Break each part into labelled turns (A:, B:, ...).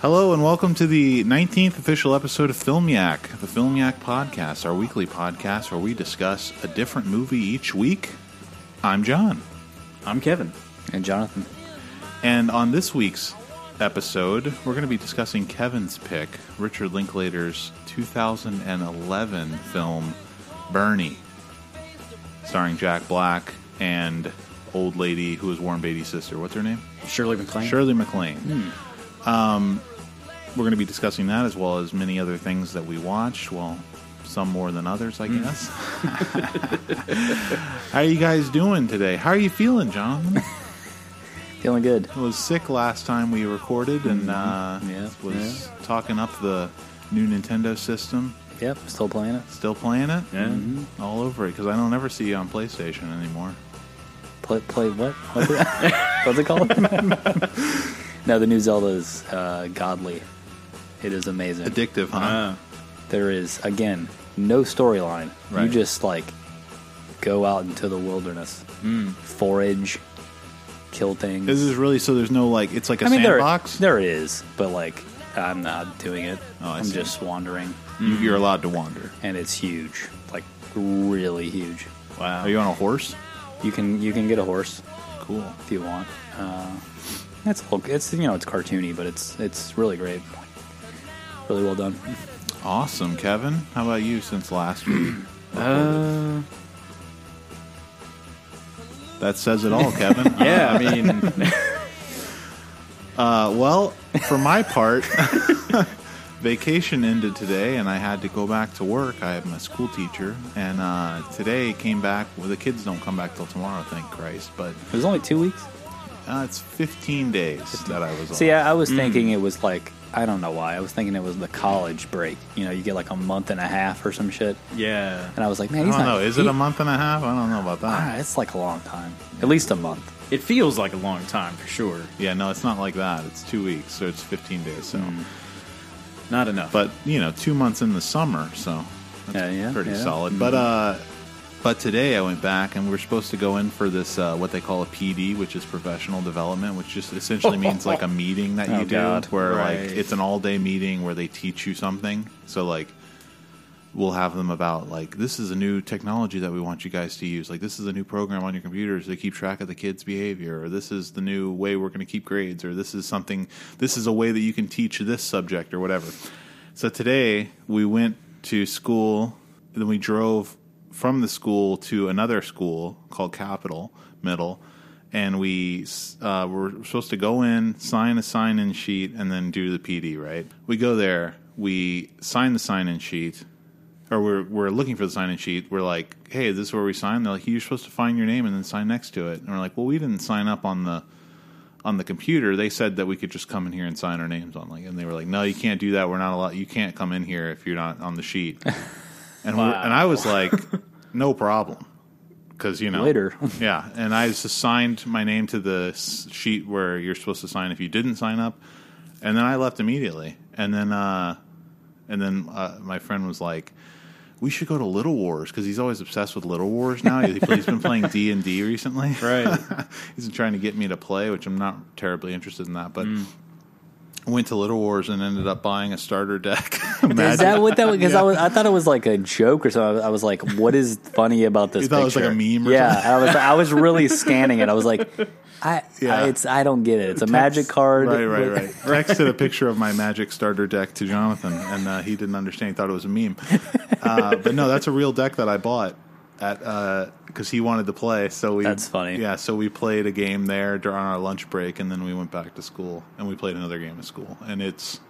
A: Hello and welcome to the 19th official episode of Film Yak, the Film Yak podcast, our weekly podcast where we discuss a different movie each week. I'm John.
B: I'm Kevin.
C: And Jonathan.
A: And on this week's episode, we're going to be discussing Kevin's pick, Richard Linklater's 2011 film, Bernie, starring Jack Black and old lady who is Warren Beatty's sister. What's her name?
C: Shirley MacLaine.
A: Shirley MacLaine. Um, we're going to be discussing that as well as many other things that we watched. Well, some more than others,
C: Mm.
A: I guess. How are you guys doing today? How are you feeling, John?
C: Feeling good.
A: I was sick last time we recorded and uh,
C: Mm-hmm. Yeah,
A: was talking up the new Nintendo system.
C: Yep. Still playing it. Mm-hmm.
A: Still playing it? Mm.
B: Yeah.
A: All over it because I don't ever see you on PlayStation anymore.
C: Play, play what? What's it, what's it called? no, the new Zelda is uh, godly. It is amazing.
A: Addictive, huh?
B: Ah.
C: there is again no storyline. You
A: Right.
C: just like go out into the wilderness, forage, kill things.
A: This Hmm. is really so there's no like, it's like a
C: I mean, there,
A: sandbox.
C: there it is, but like I'm not doing it.
A: Oh, I
C: I'm
A: see.
C: just wandering,
A: You- You're allowed to wander.
C: and it's huge, like really huge.
A: Wow. Are you on a horse?
C: You can you can get a horse.
A: Cool.
C: if you want. Uh, it's all- it's you know it's cartoony, but it's it's really great, really well done.
A: Awesome, Kevin. How about you since last week?
B: Uh,
A: That says it all, Kevin.
B: yeah, I mean,
A: Uh, well, for my part, vacation ended today, and I had to go back to work. I am a school teacher, and uh, today came back. Well, the kids don't come back till tomorrow, thank Christ. But
C: It was only two weeks.
A: uh, it's 15 days that I was.
C: See,
A: off.
C: I, I was thinking it was like I don't know why I was thinking it was the college break. You know, you get like a month and a half or some shit,
B: yeah.
C: and I was like, man,
A: I
C: he's
A: don't
C: not.
A: know. Is it
C: he-
A: a month and a half? I don't know about that.
C: Ah, it's like a long time, at least a month.
B: It feels like a long time for sure.
A: Yeah, no, it's not like that. It's two weeks, so it's 15 days. So,
C: Hmm.
B: Not enough.
A: but you know, two months in the summer, so
C: Yeah, yeah,
A: pretty
C: yeah. Mm-hmm.
A: solid. But uh, but today I went back and we were supposed to go in for this uh, what they call a PD, which is professional development, which just essentially means like a meeting that you
C: Oh,
A: do
C: God.
A: where
B: Right.
A: like it's an all day meeting where they teach you something. So like we'll have them about like this is a new technology that we want you guys to use. Like this is a new program on your computers to keep track of the kids' behavior, or this is the new way we're going to keep grades, or this is something. This is a way that you can teach this subject or whatever. So today we went to school, and then we drove from the school to another school called Capital Middle. And we uh, were supposed to go in, sign a sign in sheet, and then do the PD, right? We go there, we sign the sign in sheet, or we're we're looking for the sign in sheet. We're like, hey, is this where we sign? They're like, you're supposed to find your name and then sign next to it. And we're like, well, we didn't sign up on the on the computer. They said that we could just come in here and sign our names on like, and they were like, no, you can't do that. We're not allowed. You can't come in here if you're not on the sheet. And we're, and I was like, no problem, because you know
C: Later.
A: yeah, and I just signed my name to the s- sheet where you're supposed to sign if you didn't sign up, and then I left immediately. And then, uh, and then uh, my friend was like, "We should go to Little Wars because he's always obsessed with Little Wars now. He- he's been playing D and D recently.
B: right.
A: he's been trying to get me to play, which I'm not terribly interested in that, but." I Went to Little Wars and ended up buying a starter deck.
C: Is that what that was? Because I was, I thought it was like a joke or something. I was, I was like, "What is funny about this?"
A: You thought it was like
C: picture?
A: a meme or
C: yeah, I was. I was really scanning it. I was like, "I,
A: Yeah.
C: I it's, I don't get it. It's a magic card,
A: Right, right,
C: with-
A: right. Texted a picture of my magic starter deck to Jonathan, and uh, he didn't understand. He thought it was a meme. Uh, but no, that's a real deck that I bought at because he wanted to play. So we
C: That's funny.
A: Yeah, so we played a game there during our lunch break, and then we went back to school and we played another game at school, and it's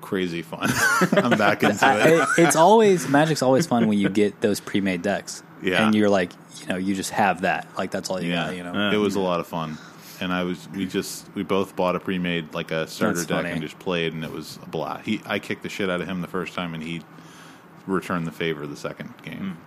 A: crazy fun. I'm back into it.
C: I, it's always magic's always fun when you get those pre-made decks.
A: Yeah.
C: and you're like, you know, you just have that. Like that's all you
A: Yeah,
C: got. You know,
A: it was a lot of fun. And I was, we just, we both bought a pre-made like a starter
C: That's
A: deck
C: funny.
A: and just played, and it was a blast. He, I kicked the shit out of him the first time, and he returned the favor the second game.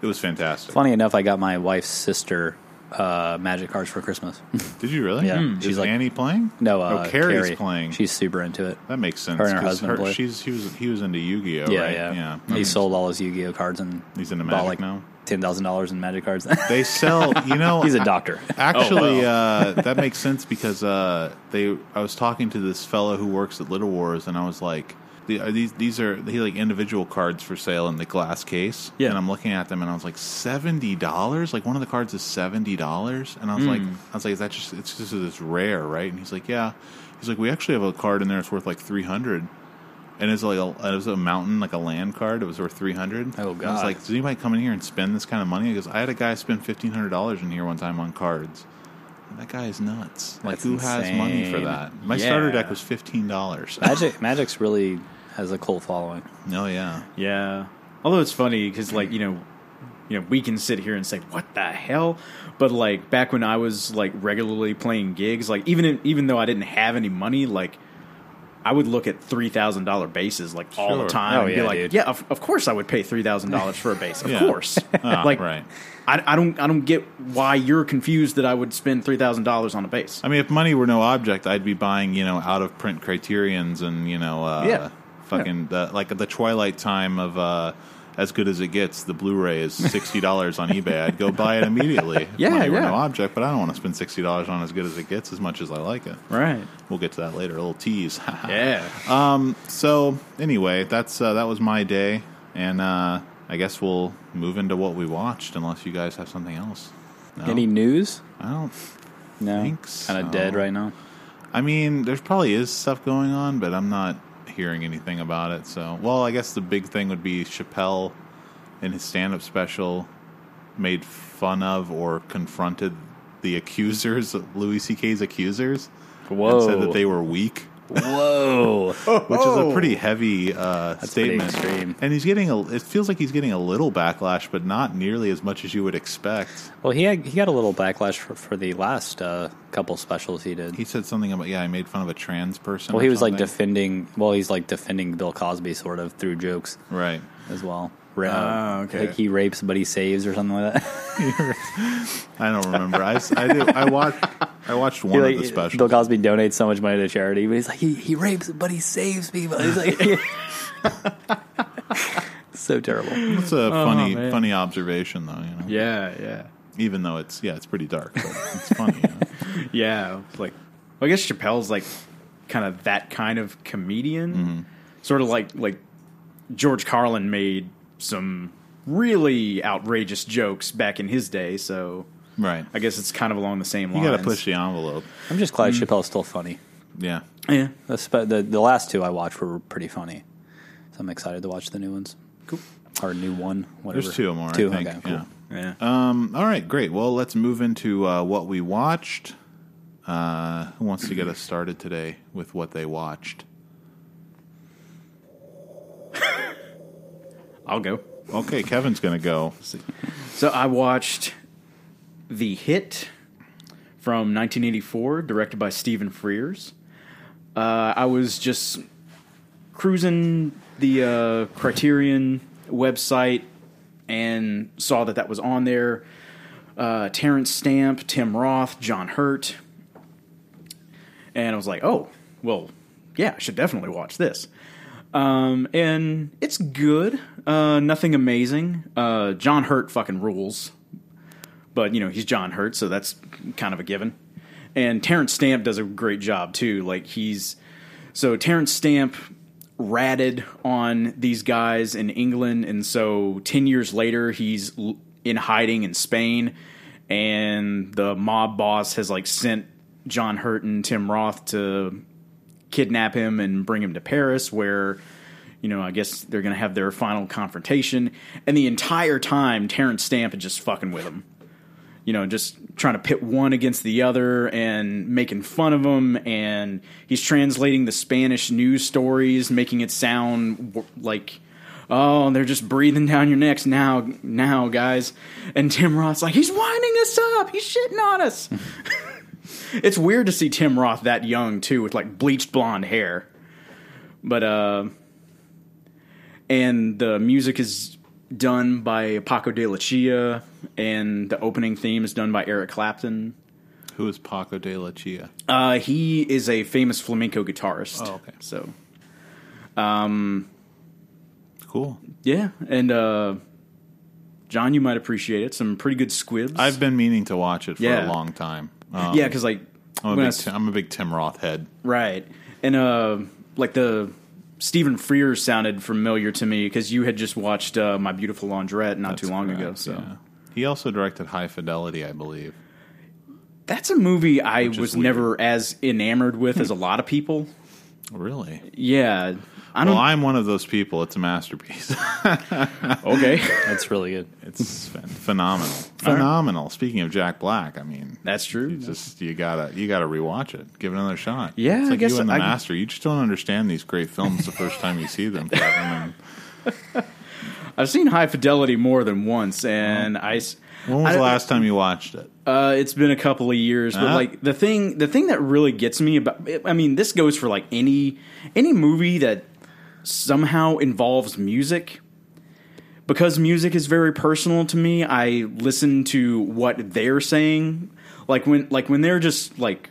A: It was fantastic.
C: funny enough, I got my wife's sister uh, magic cards for Christmas.
A: Did you really?
C: Yeah.
A: Hmm.
C: She's
A: Is
C: like-
A: Annie playing?
C: no, uh,
A: oh, Carrie's
C: Carrie.
A: playing.
C: She's super into it.
A: that makes sense.
C: her and her
A: 'cause
C: husband play.
A: she's, she was, he was into Yu-Gi-Oh.
C: yeah,
A: right?
C: yeah,
A: yeah. Hmm.
C: He sold all his Yu-Gi-Oh cards and
A: He's into
C: bought,
A: Magic
C: like,
A: now?
C: ten thousand dollars in magic cards.
A: They sell, you know,
C: He's a
A: a
C: doctor.
A: Actually, uh, that makes sense because uh, they. I was talking to this fellow who works at Little Wars, and I was like, "The- are "These these are he like individual cards for sale in the glass case."
B: Yeah.
A: And I'm looking at them, and I was like, seventy dollars. Like one of the cards is seventy dollars, and I was like, I was like, "Is that just it's just it's rare, right?" And he's like, "Yeah." He's like, "We actually have a card in there that's worth like three hundred. And it was like a, it was a mountain, like a land card. It was worth three hundred.
C: Oh,
A: I was
C: God.
A: like, does anybody come in here and spend this kind of money? Because I had a guy spend fifteen hundred dollars in here one time on cards. And that guy is nuts. Like,
C: That's
A: who has money for
C: insane.
A: that? My
B: Yeah.
A: starter deck was fifteen dollars.
C: Magic Magic's really has a cult following.
A: oh yeah,
B: Yeah. Although it's funny because, like, you know, you know, we can sit here and say, "What the hell?" But like back when I was like regularly playing gigs, like even in, even though I didn't have any money, like I would look at three thousand dollar bases like all
A: Sure.
B: the time
C: Oh,
B: and
C: yeah,
B: be like,
C: dude.
B: "Yeah, of, of course I would pay three thousand dollars for a base. Of
A: Yeah.
B: course."
C: Oh,
A: Ah,
B: like,
A: right.
B: I, I don't I don't get why you're confused that I would spend three thousand dollars on a base.
A: I mean, if money were no object, I'd be buying you know out of print Criterion's and you know uh,
B: Yeah.
A: fucking The, like the Twilight Time of uh, as good as it gets. The Blu-ray is sixty dollars on eBay. I'd go buy it immediately. If
B: Yeah,
A: money were
B: yeah.
A: no object, but I don't want to spend sixty dollars on as good as it gets as much as I like it.
B: Right.
A: We'll get to that later. A little tease.
B: Yeah.
A: So anyway, that's uh, that was my day, and uh, I guess we'll move into what we watched, unless you guys have something else. No?
C: Any news?
A: I don't.
C: No.
A: Think
C: Kind
A: so.
C: of dead right now.
A: I mean, there's probably is stuff going on, but I'm not hearing anything about it. So, well, I guess the big thing would be Chappelle in his stand-up special made fun of or confronted the accusers, Louis C.K.'s accusers,
C: Whoa.
A: and said that they Oh. were weak.
C: Whoa.
A: which is a pretty heavy uh,
C: pretty
A: statement.
C: extreme.
A: And he's getting a. It feels like he's getting a little backlash, but not nearly as much as you would expect.
C: well, he had, he got a little backlash for, for the last uh, couple specials he did.
A: He said something about yeah, I made fun of a trans person.
C: well,
A: or
C: he was like
A: something.
C: defending. Well, he's like defending Bill Cosby sort of through jokes
A: right.
C: as well. Ra-
B: Ah, okay.
C: Like he rapes, but he saves, or something like that.
A: I don't remember. I, s- I do, I watched I watched one
C: like, eh,
A: of the specials.
C: Bill Cosby donates so much money to charity, but he's like he, he rapes, but he saves people. He's like so terrible.
A: it's a funny
B: Oh, man.
A: funny observation though. You know,
B: yeah. Yeah.
A: even though it's yeah, it's pretty dark. But it's funny. You know?
B: Yeah, like I guess Chappelle's like kind of that kind of comedian,
A: Mm-hmm.
B: sort of like like George Carlin made some really outrageous jokes back in his day. So
A: Right.
B: I guess it's kind of along the same
A: you
B: lines.
A: got to push the envelope.
C: I'm just glad Chappelle's still funny.
A: Yeah.
B: Yeah,
C: The, spe- the the last two I watched were pretty funny, so I'm excited to watch the new ones.
B: Cool.
C: Or new one, whatever.
A: There's two more.
C: Two.
A: I think.
C: Okay. Cool.
A: Yeah.
B: yeah.
A: Um, all right, great. Well, let's move into uh, what we watched. Uh, who wants to get us started today with what they watched?
B: I'll go.
A: Okay, Kevin's going to go.
B: So I watched The Hit from 1984, directed by Stephen Frears. Uh, I was just cruising the uh, Criterion website and saw that that was on there. Uh, Terrence Stamp, Tim Roth, John Hurt. And I was like, oh, well, yeah, I should definitely watch this. Um, and it's good. Uh, nothing amazing. Uh, John Hurt fucking rules. But, you know, he's John Hurt, so that's kind of a given. And Terrence Stamp does a great job, too. Like, he's. So, Terrence Stamp ratted on these guys in England, and so 10 years later, he's l- in hiding in Spain, and the mob boss has, like, sent John Hurt and Tim Roth to kidnap him and bring him to Paris, where, you know, I guess they're going to have their final confrontation. And the entire time, Terrence Stamp is just fucking with him. You know, just trying to pit one against the other and making fun of him. And he's translating the Spanish news stories, making it sound w- like. Oh, they're just breathing down your necks now, now, guys. And Tim Roth's like, he's winding us up. He's shitting on us. it's weird to see Tim Roth that young too, with like bleached blonde hair. But uh, and the music is done by Paco de la Chia, and the opening theme is done by Eric Clapton.
A: Who is Paco de la Chia?
B: Uh, he is a famous flamenco guitarist.
A: Oh, okay.
B: So
A: Cool.
B: yeah, and uh, John, you might appreciate it. Some pretty good squibs.
A: I've been meaning to watch it for
B: Yeah.
A: a long time. Um,
B: yeah, because like
A: I'm a,
B: when I
A: big,
B: was-
A: Ti- I'm a big Tim Roth head.
B: Right. And uh like the Stephen Frears sounded familiar to me because you had just watched uh, My Beautiful Laundrette not too long ago.
A: Correct,
B: So
A: yeah. he also directed High Fidelity, I believe.
B: that's a movie I
A: is
B: was
A: weird.
B: never as enamored with as a lot of people.
A: Really?
B: Yeah. I don't.
A: Well, I'm one of those people. It's a masterpiece.
B: okay.
C: That's really good.
A: it's phen- phenomenal, phenomenal. Speaking of Jack Black, I mean,
B: That's true.
A: it's just you gotta you gotta rewatch it, give it another shot.
B: Yeah,
A: it's
B: I
A: like
B: guess
A: you and the
B: I-
A: master. You just don't understand these great films the first time you see them. Kevin, and
B: I've seen High Fidelity more than once, and
A: Uh-huh.
B: I. s-
A: when was
B: I-
A: the last time you watched it?
B: Uh, it's been a couple of years, but
A: Ah.
B: like the thing, the thing that really gets me about, I mean, this goes for like any any movie that somehow involves music, because music is very personal to me. I listen to what they're saying, like when like when they're just like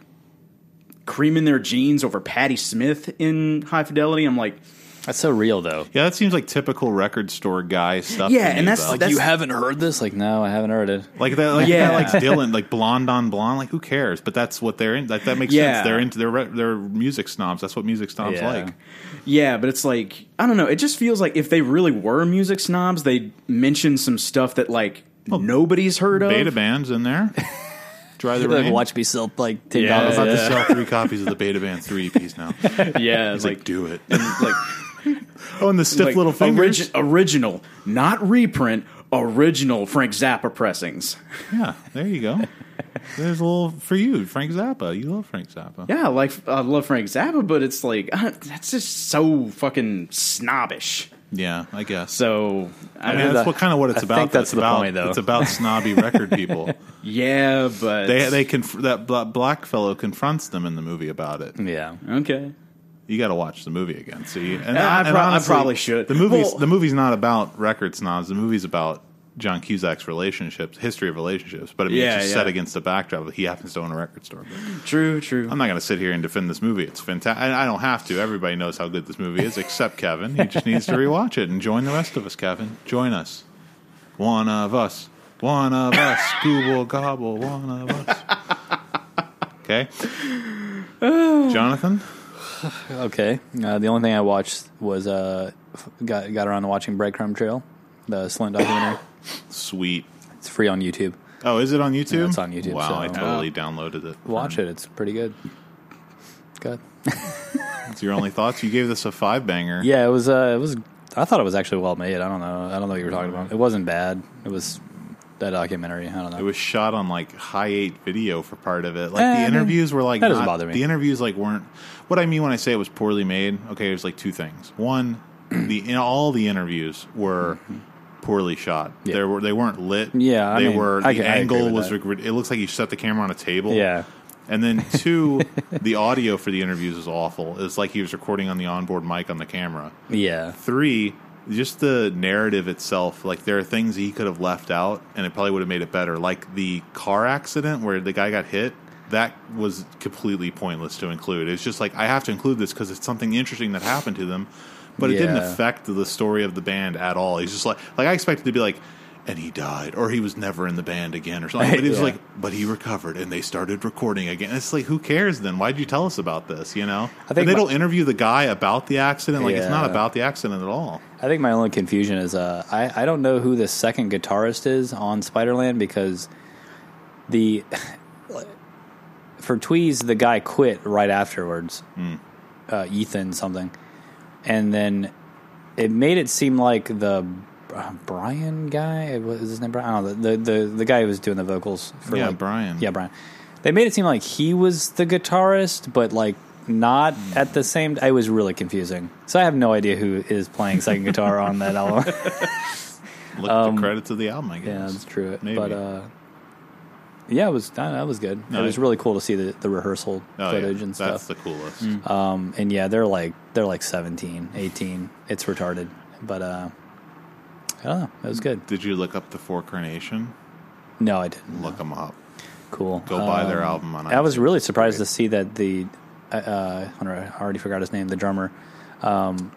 B: creaming their jeans over Patti Smith in High Fidelity. I'm like,
C: That's so real though.
A: Yeah, that seems like typical record store guy stuff.
B: Yeah,
A: to me,
B: and that's-
A: though.
C: Like
B: That's-
C: you haven't heard this? Like no, I haven't heard it.
A: Like that, like
B: Yeah.
A: that likes Dylan, like blonde on blonde. Like who cares? But that's what they're in. Like that makes
B: Yeah.
A: sense. They're into their their music snobs. That's what music snobs
C: Yeah.
A: like.
B: Yeah, but it's like I don't know. It just feels like if they really were music snobs, they'd mention some stuff that like nobody's heard of.
A: Beta bands in there. Try the
C: Like,
A: rain.
C: watch me sell like ten
B: Yeah,
A: I'm
C: dollars.
A: about
C: Yeah,
A: to sell three copies of the Beta Band three EPs now.
B: Yeah, it's
A: Like,
B: like
A: do it.
B: like,
A: Oh, and the stiff
B: like
A: little fingers.
B: origi- original, not reprint. Original Frank Zappa pressings.
A: yeah, there you go. There's a little for you, Frank Zappa. You love Frank Zappa.
B: Yeah, like I love Frank Zappa, but it's like that's just so fucking snobbish.
A: Yeah, I guess.
B: So
A: uh,
B: I
A: I
B: don't
A: mean,
B: know.
A: that's what kind of what it's
C: I
A: about.
C: think
A: though.
C: that's
A: it's
C: the
A: about,
C: point, though.
A: It's about snobby record people.
B: yeah, but
A: They they conf- that bla- black fellow confronts them in the movie about it.
C: yeah.
B: okay.
A: you got to watch the movie again. See, and,
B: I
A: and
B: prob- I probably should.
A: The movie's
B: Well-
A: the movie's not about record snobs. The movie's about John Cusack's relationships, history of relationships. But I mean,
B: Yeah,
A: it's just
B: yeah.
A: set against the backdrop that he happens to own a record store. But
B: True, true.
A: I'm not going to sit here and defend this movie. It's fantastic. I don't have to. Everybody knows how good this movie is, except Kevin. He just needs to rewatch it and join the rest of us. Kevin, join us. One of us. One of us. Google gobble. One of us. Okay. Jonathan.
C: Okay. Uh, the only thing I watched was uh, f- got got around to watching Breadcrumb Trail, the Slint documentary.
A: Sweet.
C: it's free on YouTube.
A: Oh, is it on YouTube?
C: it's on YouTube,
A: Wow,
C: so-
A: I totally downloaded it.
C: Watch it. It's pretty good. Good.
A: It's your only thoughts. You gave this a five banger.
C: Yeah, it was. Uh, it was. I thought it was actually well made. I don't know. I don't know what you were talking about. It wasn't bad. It was that documentary. I don't know.
A: It was shot on like high eight video for part of it. Like
C: Eh,
A: the interviews were like
C: that doesn't
A: not-
C: bother me.
A: The interviews like weren't. What I mean when I say it was poorly made. Okay, there's like two things. One, the in all the interviews were poorly shot.
C: Mm-hmm. Yeah.
A: There were they weren't lit.
C: Yeah, I
A: they
C: mean,
A: were. The
C: I can- I agree
A: angle
C: with
A: was.
C: that.
A: rid- It looks like you set the camera on a table.
C: yeah.
A: And then two, the audio for the interviews is awful. It's like he was recording on the onboard mic on the camera.
C: Yeah.
A: three just the narrative itself like there are things he could have left out and it probably would have made it better like the car accident where the guy got hit that was completely pointless to include it's just like i have to include this because it's something interesting that happened to them but it didn't
C: Yeah.
A: affect the story of the band at all he's just like like i expected to be like and he died or he was never in the band again or something but it was
C: Yeah.
A: like but he recovered and they started recording again it's like who cares then why'd you tell us about this you know
C: I think
A: and they
C: my-
A: don't interview the guy about the accident like it's not
C: Yeah.
A: about about the accident at all.
C: I think my only confusion is uh, I I don't know who the second guitarist is on Spiderland because the for Tweez the guy quit right afterwards,
A: Hmm.
C: uh, Ethan something, and then it made it seem like the uh, Brian guy was his name Brian. I don't know the the the, the guy who was doing the vocals for
A: Yeah,
C: like-
A: Brian.
C: Yeah, Brian. They made it seem like he was the guitarist, but like not
A: Hmm.
C: at the same. It was really confusing. So I have no idea who is playing second guitar on that album.
A: Look at the credits of the album, I guess.
C: Um, Yeah, that's true.
A: Maybe.
C: But uh, yeah, it was uh, that was good.
A: No,
C: it was
A: I-
C: really cool to see the, the rehearsal
A: Oh, yeah.
C: footage and
A: That's
C: stuff.
A: the coolest.
C: um, and yeah, they're like they're like 17, 18. It's retarded, but uh, I don't know. It was good.
A: Did you look up the Four Carnation?
C: No, I didn't.
A: Look them up.
C: Cool.
A: Go buy their
C: Um,
A: album on.
C: I was
A: iTunes.
C: really surprised to see that the uh, uh, I don't know, I already forgot his name, the drummer. Um,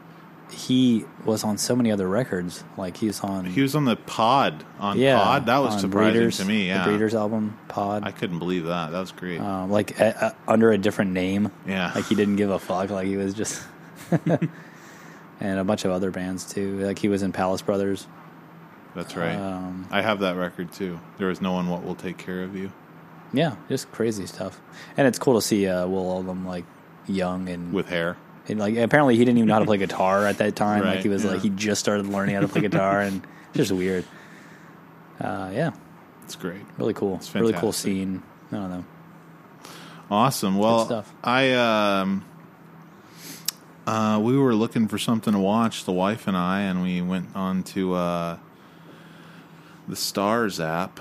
C: he was on so many other records. Like he's on
A: He was on the pod on
C: yeah,
A: pod. That was
C: on
A: surprising
C: Breeders,
A: to me. Yeah,
C: the Breeders album Pod.
A: I couldn't believe that. That was great.
C: um, like a, a, under a different name.
A: Yeah.
C: like he didn't give a fuck. Like he was just, and a bunch of other bands too. Like he was in Palace Brothers.
A: That's right.
C: um,
A: I have that record too. There is no one what will take care of you.
C: Yeah, just crazy stuff. And it's cool to see uh, Will Oldham like young and,
A: With hair,
C: and, like apparently he didn't even know how to play guitar at that time.
A: Right,
C: like he was
A: yeah.
C: like he just started learning how to play guitar and just weird. Uh, yeah,
A: it's great.
C: really cool.
A: It's
C: Really cool
A: fantastic.
C: scene. I don't know.
A: Awesome. Well,
C: stuff.
A: I um, uh, we were looking for something to watch, the wife and I, and we went on to uh, the Stars app,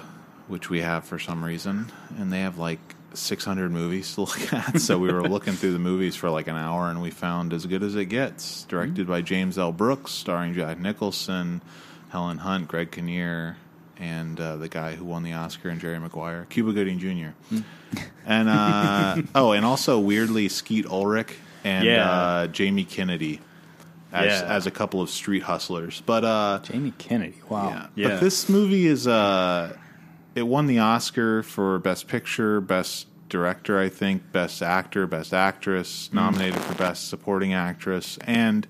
A: which we have for some reason, and they have like 600 movies to look at. so we were looking through the movies for like an hour, and we found As Good as It
B: Mm-hmm.
A: Gets, directed by James L. Brooks, starring Jack Nicholson, Helen Hunt, Greg Kinnear. And uh, the guy who won the Oscar and Jerry Maguire, Cuba Gooding Jr.
B: Mm.
A: And uh, oh, and also weirdly Skeet Ulrich and
B: Yeah.
A: uh, Jamie Kennedy as
B: Yeah.
A: as a couple of street hustlers. But uh,
C: Jamie Kennedy. Wow.
A: yeah.
B: Yeah.
A: but this movie is uh, it won the Oscar for Best Picture, Best Director, I think, Best Actor, Best Actress, nominated for Best Supporting Actress, and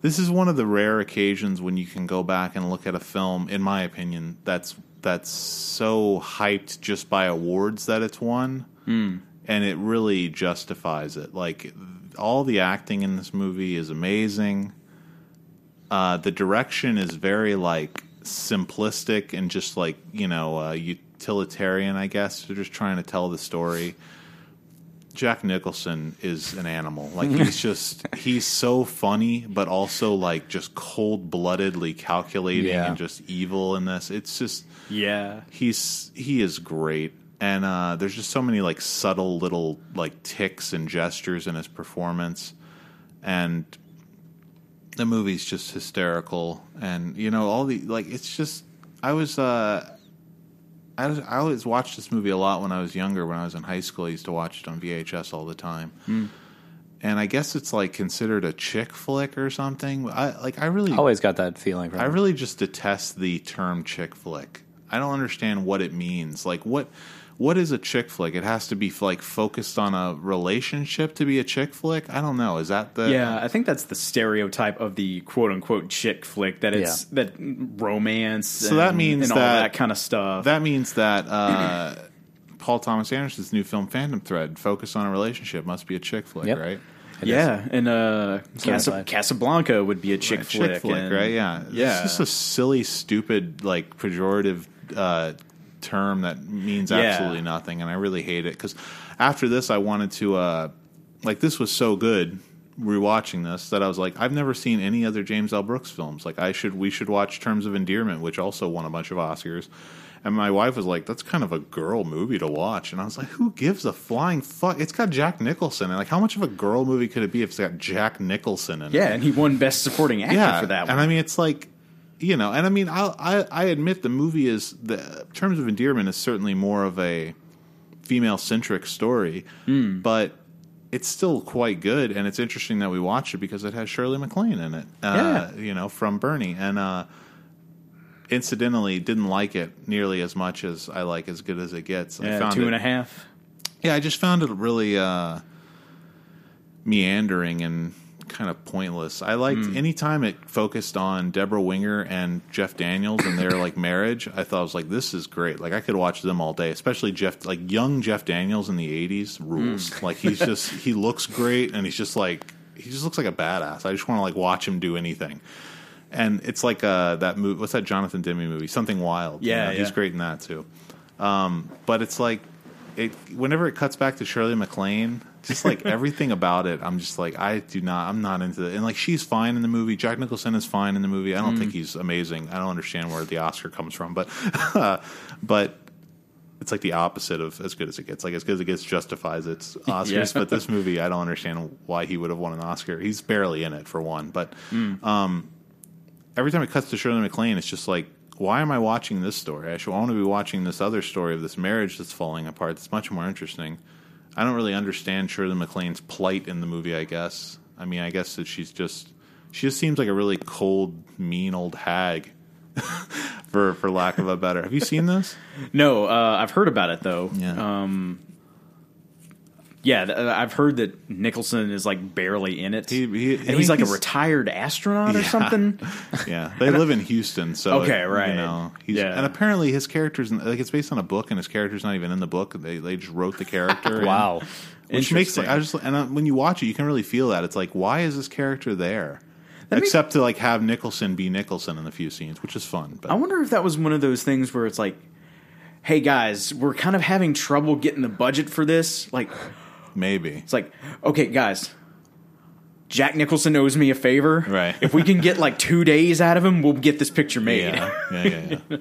A: this is one of the rare occasions when you can go back and look at a film, in my opinion, that's that's so hyped just by awards that it's won and it really justifies it. Like all the acting in this movie is amazing. Uh, the direction is very like simplistic and just like you know uh, utilitarian, I guess. They're just trying to tell the story. Jack Nicholson is an animal. Like he's just he's so funny, but also like just cold bloodedly calculating
C: Yeah.
A: and just evil in this. It's just
B: Yeah.
A: he's he is great and uh there's just so many like subtle little like ticks and gestures in his performance and the movie's just hysterical and you know all the like it's just i was uh I, was, I always watched this movie a lot when I was younger. When I was in high school, I used to watch it on VHS all the time. And I guess it's like considered a chick flick or something. I like I really
C: Always got that feeling from.
A: I
C: it.
A: really just detest the term chick flick. I don't understand what it means. Like what what is a chick flick? It has to be like focused on a relationship to be a chick flick. I don't know. Is that the
B: Yeah, I think that's the stereotype of the quote unquote chick flick that it's that romance. So
A: that means
B: and all
A: that-
B: that kind of stuff.
A: That means that uh, Paul Thomas Anderson's new film Phantom Thread focused on a relationship must be a chick flick,
C: Yep.
A: right?
B: yeah, and uh, Casa,
C: Certified.
B: Casablanca would be a chick
A: A
B: flick,
A: chick flick,
B: and-
A: right? Yeah.
B: yeah.
A: It's just a silly, stupid, like pejorative uh, term that means
B: Yeah.
A: absolutely nothing, and I really hate it because after this, I wanted to uh, like this was so good rewatching this that I was like, I've never seen any other James L. Brooks films. Like, I should we should watch Terms of Endearment, which also won a bunch of Oscars. And my wife was like, "That's kind of a girl movie to watch," and I was like, "Who gives a flying fuck?" It's got Jack Nicholson, and like, how much of a girl movie could it be if it's got Jack Nicholson in it?
B: Yeah, and he won Best Supporting Actor for that one.
A: And I mean, it's like, you know, and I mean, I I, I admit the movie is the terms of endearment is certainly more of a female centric story,
B: Hmm.
A: but it's still quite good, and it's interesting that we watch it because it has Shirley MacLaine in it. Uh, you know, from Bernie, and uh, incidentally, didn't like it nearly as much as I like as good as it gets. I
B: yeah,
A: found
B: two
A: it-
B: and a half.
A: yeah, I just found it really uh, meandering and kind of pointless. I liked
B: Hmm.
A: any time it focused on Deborah Winger and Jeff Daniels and their like marriage. I thought I was like, this is great. Like I could watch them all day, especially Jeff, like young Jeff Daniels in the '80s rules.
B: Hmm.
A: Like he's just he looks great and he's just like he just looks like a badass. I just want to like watch him do anything. And it's like uh, that movie. What's that Jonathan Demme movie? Something Wild. you
B: Yeah,
A: know? he's
B: yeah.
A: great in that too but it's like it whenever it cuts back to Shirley MacLaine, just like everything about it, I'm just like I do not, I'm not into it. And like she's fine in the movie. Jack Nicholson is fine in the movie. I don't think he's amazing. I don't understand where the Oscar comes from, but but it's like the opposite of as good as it gets. Like as good as it gets justifies its Oscars,
B: Yeah.
A: but this movie, I don't understand why he would have won an Oscar. He's barely in it for one, but um, every time it cuts to Shirley MacLaine, it's just like, why am I watching this story? I should want to be watching this other story of this marriage that's falling apart. That's much more interesting. I don't really understand Shirley MacLaine's plight in the movie. I guess. I mean, I guess that she's just She just seems like a really cold, mean old hag, for for lack of a better. Have you seen this?
B: No, uh, I've heard about it though.
A: Yeah.
B: Um, yeah, th- uh, I've heard that Nicholson is like barely in it,
A: He- he-
B: and
A: I
B: he's
A: mean,
B: like
A: he's-
B: a retired astronaut or
A: Yeah.
B: something.
A: Yeah, they live in Houston, so
B: Okay,
A: it-
B: right.
A: You know, he's,
B: Yeah.
A: and apparently his character's in- like it's based on a book, and his character's not even in the book. They they just wrote the character. in.
C: Wow.
A: which makes like, I
B: Interesting.
A: just and uh, when you watch it, you can really feel that it's like why is this character there? Except to like have Nicholson be Nicholson in a few scenes, which is fun. But
B: I wonder if that was one of those things where it's like, hey guys, we're kind of having trouble getting the budget for this. Like,
A: maybe
B: it's like, okay, guys, Jack Nicholson owes me a favor.
A: Right.
B: if we can get like two days out of him, we'll get this picture made.
A: yeah, yeah, yeah, yeah.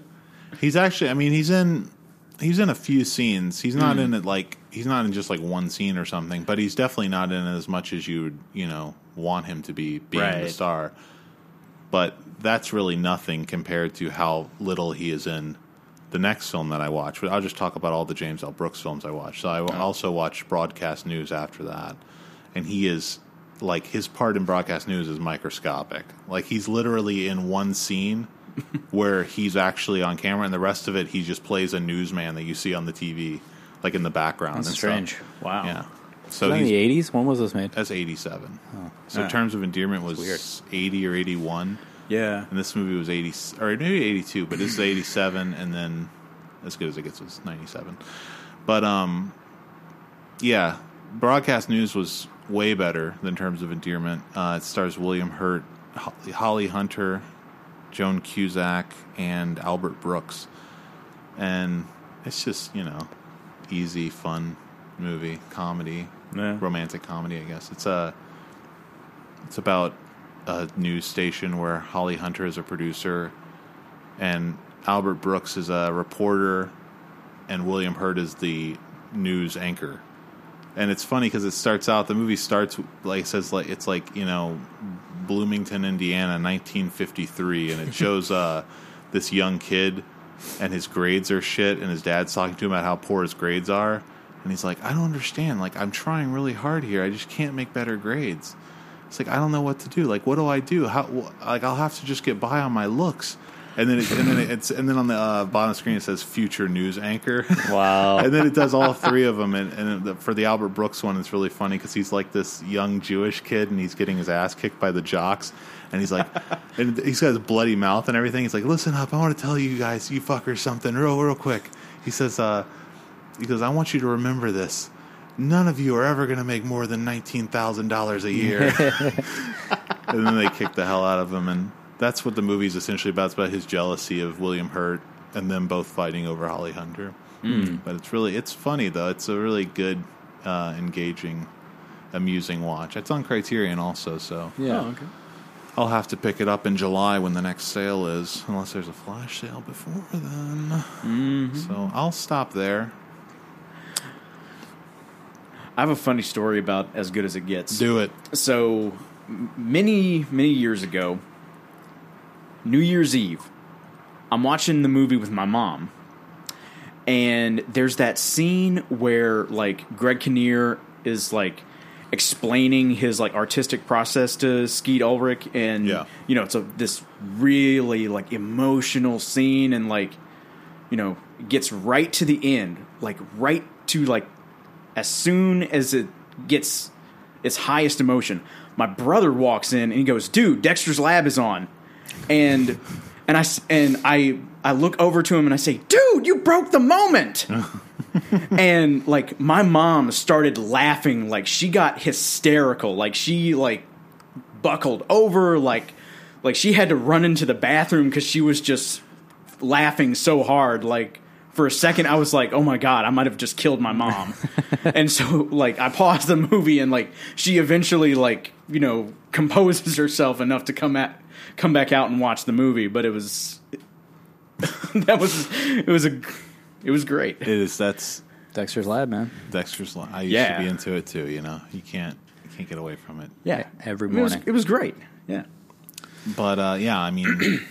A: he's actually. I mean, he's in. He's in a few scenes. He's
B: Hmm.
A: not in it like he's not in just like one scene or something. But he's definitely not in it as much as you would you know want him to be being the
B: Right.
A: star. But that's really nothing compared to how little he is in the next film that I watch. But I'll just talk about all the James L. Brooks films I watched. So I
C: Oh.
A: also watched Broadcast News after that, and he is like his part in Broadcast News is microscopic. Like he's literally in one scene where he's actually on camera, and the rest of it he just plays a newsman that you see on the TV, like in the background.
C: That's
A: and
C: strange.
A: Stuff.
B: Wow.
A: Yeah. So
C: Was that in
A: he's
C: the 80s? When was this made?
A: that's eighty-seven. So Terms of Endearment was
C: Oh. weird.
A: eighty or eighty-one,
B: Yeah.
A: and this movie was eighty or maybe eighty-two, but this is eighty-seven, and then as good as it gets was ninety-seven. But um, yeah, broadcast news was way better than Terms of Endearment. Uh, it stars William Hurt, Ho- Holly Hunter, Joan Cusack, and Albert Brooks, and it's just you know easy, fun movie, comedy,
B: Yeah.
A: romantic comedy. I guess it's a it's about a news station where Holly Hunter is a producer, and Albert Brooks is a reporter, and William Hurt is the news anchor and it's funny because it starts out the movie starts like it says like it's like you know bloomington indiana 1953 and it shows uh this young kid and his grades are shit and his dad's talking to him about how poor his grades are and he's like i don't understand like i'm trying really hard here i just can't make better grades it's like i don't know what to do like what do i do how wh- like i'll have to just get by on my looks and then, it, and then it's and then on the uh, bottom screen it says future news anchor
C: Wow.
A: and then it does all three of them. And, and the, for the Albert Brooks one, it's really funny because he's like this young Jewish kid, and he's getting his ass kicked by the jocks. And he's like, and he's got his bloody mouth and everything. He's like, "Listen up, I want to tell you guys, you fuckers, something real, real quick." He says, uh, "He goes, I want you to remember this. None of you are ever going to make more than nineteen thousand dollars a year." and then they kick the hell out of him, and that's what the movie's essentially about. It's about his jealousy of William Hurt and them both fighting over Holly Hunter. But it's really it's funny though. It's a really good, uh, engaging, amusing watch. It's on Criterion also, so
C: Yeah.
B: Oh, okay.
A: I'll have to pick it up in July when the next sale is, unless there's a flash sale before then. So I'll stop there.
B: I have a funny story about as good as it gets.
A: Do it.
B: so m- many many years ago new year's eve i'm watching the movie with my mom and there's that scene where like greg kinnear is like explaining his like artistic process to skeet ulrich and
A: Yeah.
B: you know it's a this really like emotional scene and like you know gets right to the end like right to like as soon as it gets its highest emotion, my brother walks in and he goes, "Dude, Dexter's Lab is on," and and I s- and I I look over to him and I say, "Dude, you broke the moment." and like my mom started laughing, like she got hysterical, like she like buckled over, like like she had to run into the bathroom because she was just laughing so hard, like. For a second, I was like, "Oh my god, I might have just killed my mom." and so like I paused the movie and like she eventually like you know composes herself enough to come at come back out and watch the movie but it was that was it was a it was great
A: It is that's
C: Dexter's Lab, man.
A: Dexter's. Li- I used
B: Yeah.
A: to be into it too. You know, you can't you can't get away from it.
B: yeah
C: Every
B: I mean, it was-
C: morning.
B: it was great yeah
A: But uh, yeah, I mean,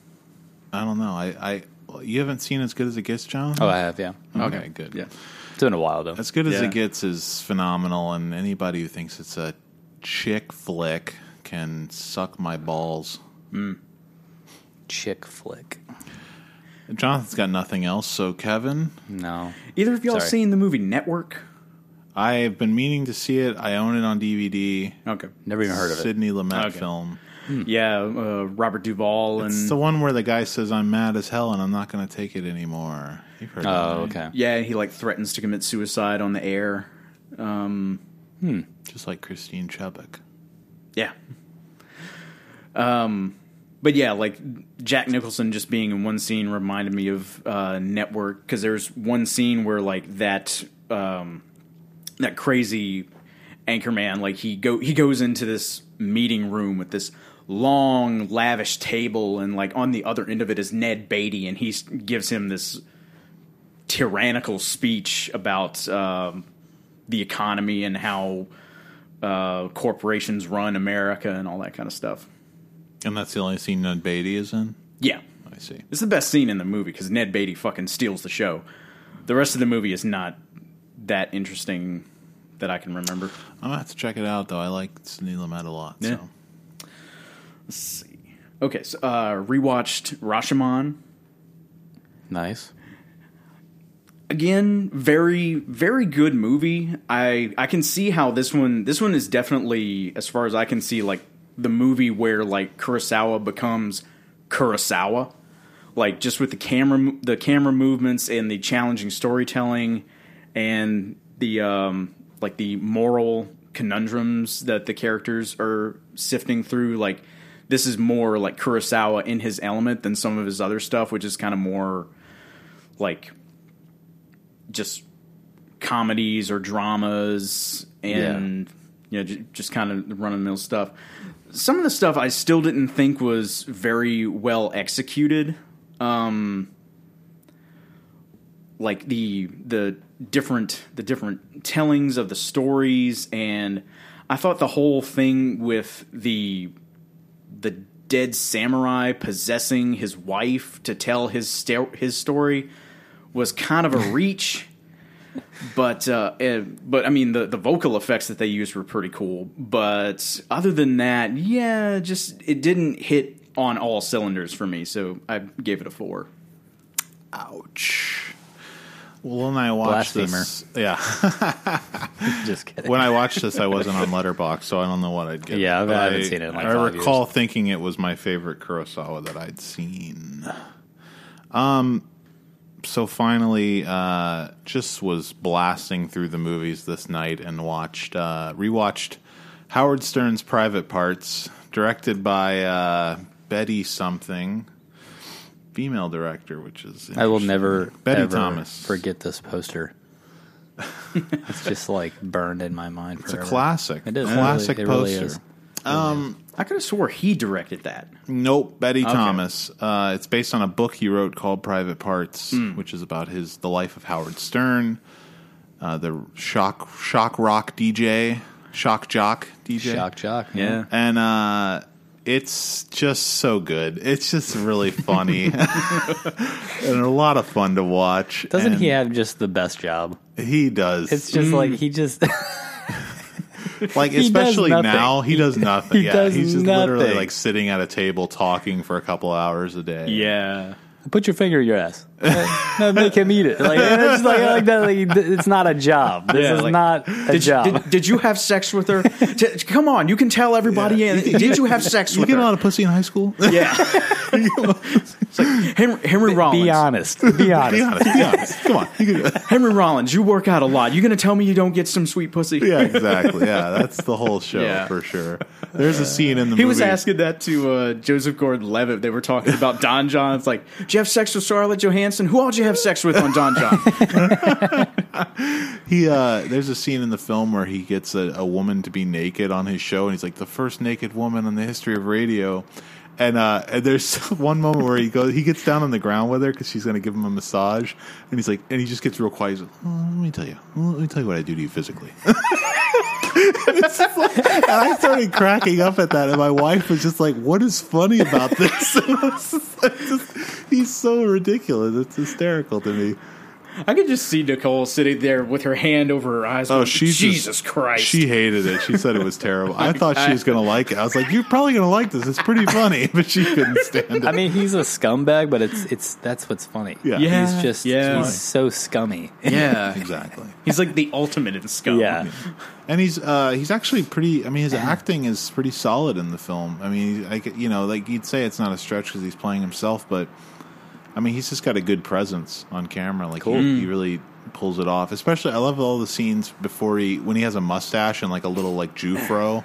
A: I don't know. I, I you haven't seen as good as it gets, John.
C: Oh, I have, yeah.
A: okay, good.
B: yeah
C: It's been a while, though.
A: As good as
B: Yeah.
A: it gets is phenomenal, and anybody who thinks it's a chick flick can suck my balls.
C: Chick flick.
A: Jonathan's got nothing else, so Kevin,
C: No.
B: Either of y'all
C: Sorry.
B: seen the movie Network?
A: I've been meaning to see it. I own it on DVD.
B: Okay.
C: Never even heard of it.
A: Sidney Lumet
B: Okay.
A: film.
B: Yeah, uh, Robert Duvall and
A: It's the one where the guy says, "I'm mad as hell and I'm not going to take it anymore." You've heard that,
C: Oh,
A: right?
C: okay.
B: yeah, he like threatens to commit suicide on the air.
A: Just like Christine Chubbuck.
B: Yeah. Um, but yeah, like Jack Nicholson just being in one scene reminded me of uh, Network because there's one scene where like that um, that crazy anchorman like he go he goes into this meeting room with this long lavish table and like on the other end of it is Ned Beatty and he s- gives him this tyrannical speech about um, the economy and how uh, corporations run America and all that kind of stuff.
A: And that's the only scene Ned Beatty is in.
B: Yeah,
A: I see.
B: it's the best scene in the movie because Ned Beatty fucking steals the show. The rest of the movie is not that interesting that I can remember.
A: I'm gonna have to check it out though. I like Sidney Lumet a lot.
B: Yeah.
A: So
B: Let's see. Okay, so uh, rewatched Rashomon
C: Nice.
B: again. Very, very good movie. I I can see how this one this one is definitely, as far as I can see, like the movie where like Kurosawa becomes Kurosawa. like just with the camera the camera movements and the challenging storytelling and the um like the moral conundrums that the characters are sifting through like this is more like Kurosawa in his element than some of his other stuff which is kind of more like just comedies or dramas and you know j- just kind of run of the mill stuff some of the stuff I still didn't think was very well executed. Um, like the the different the different tellings of the stories, and I thought the whole thing with the the dead samurai possessing his wife to tell his sta- his story was kind of a reach. But uh, eh, but I mean the, the vocal effects that they used were pretty cool. But other than that, yeah, just it didn't hit on all cylinders for me. So I gave it a four.
A: ouch. Well, when I watched this, yeah,
C: Just kidding.
A: when I watched this, I wasn't on Letterbox, so I don't know what I'd get.
C: Yeah, I
A: But
C: haven't seen it in, like,
A: I
C: five
A: recall thinking it was my favorite Kurosawa that I'd seen. Um, so finally, uh, just was blasting through the movies this night and watched, uh, rewatched Howard Stern's Private Parts, directed by uh, Betty something, female director, which is
C: I will never
A: Betty
C: ever
A: Thomas.
C: forget this poster. it's just like burned in my mind
A: It's a
C: forever.
A: classic.
C: It is. It
A: Classic
C: really- it really
A: poster.
C: is.
B: I could have swore he directed that.
A: Nope, Betty Thomas. Uh, it's based on a book he wrote called Private Parts,
C: Hmm.
A: which is about his the life of Howard Stern, uh, the shock shock rock DJ, shock jock DJ,
C: Shock jock.
A: and uh, it's just so good. It's just really funny and a lot of fun to watch.
C: Doesn't
A: And
C: he have just the best job? Mm.
A: He does.
C: It's just like he just
A: like
C: does
A: especially
C: nothing.
A: now, he does nothing. yeah,
C: does
A: he's just literally
C: nothing.
A: like sitting at a table talking for a couple hours a day.
B: Yeah.
C: put your finger in your ass. Uh, no, make him eat it. Like it's just like, like that. Like, it's not a job. This
B: Yeah,
C: is
B: like,
C: not a
B: Did,
C: job.
B: did, did you have sex with her? T- come on, you can tell everybody. in. Did you have sex
A: You
B: with
A: get a
B: her?
A: lot of pussy in high school.
B: yeah. it's like Henry, Henry Rollins.
C: be honest. Be honest.
A: Be honest. Be honest. Come on. You can do that.
B: Henry Rollins, you work out a lot. You gonna tell me you don't get some sweet pussy?
A: Yeah, exactly. Yeah, that's the whole show
B: Yeah.
A: for sure. There's a scene in the movie.
B: He was asking that to uh, Joseph Gordon-Levitt. They were talking about Don John. It's like, did you have sex with Scarlett Johansson? Who all did you have sex with on Don John?
A: He uh, there's a scene in the film where he gets a, a woman to be naked on his show, and he's like the first naked woman in the history of radio. And, uh, and there's one moment where he goes, he gets down on the ground with her because she's going to give him a massage, and he's like, and he just gets real quiet. He's like, "Oh, let me tell you, let me tell you what I do to you physically. It's like- and I started cracking up at that, and my wife was just like, "What is funny about this?" And I was just like, just- he's so ridiculous; it's hysterical to me.
B: I could just see Nicole sitting there with her hand over her eyes.
A: Oh,
B: going,
A: she's
B: Jesus
A: just-
B: Christ!
A: She hated it. She said it was terrible. I thought she was going to like it. I was like, "You're probably going to like this. It's pretty funny," but she couldn't stand it.
C: I mean, he's a scumbag, but it's it's that's what's funny.
A: Yeah.
B: Yeah.
C: he's just
B: yeah.
C: he's so scummy.
B: yeah,
A: exactly.
B: he's like the ultimate in scum.
C: yeah,
A: And he's uh, he's actually pretty. I mean, his acting is pretty solid in the film. I mean, I could- you know, like you'd say it's not a stretch because he's playing himself, but I mean, he's just got a good presence on camera. Like he, he really pulls it off. Especially, I love all the scenes before he when he has a mustache and like a little like Jew fro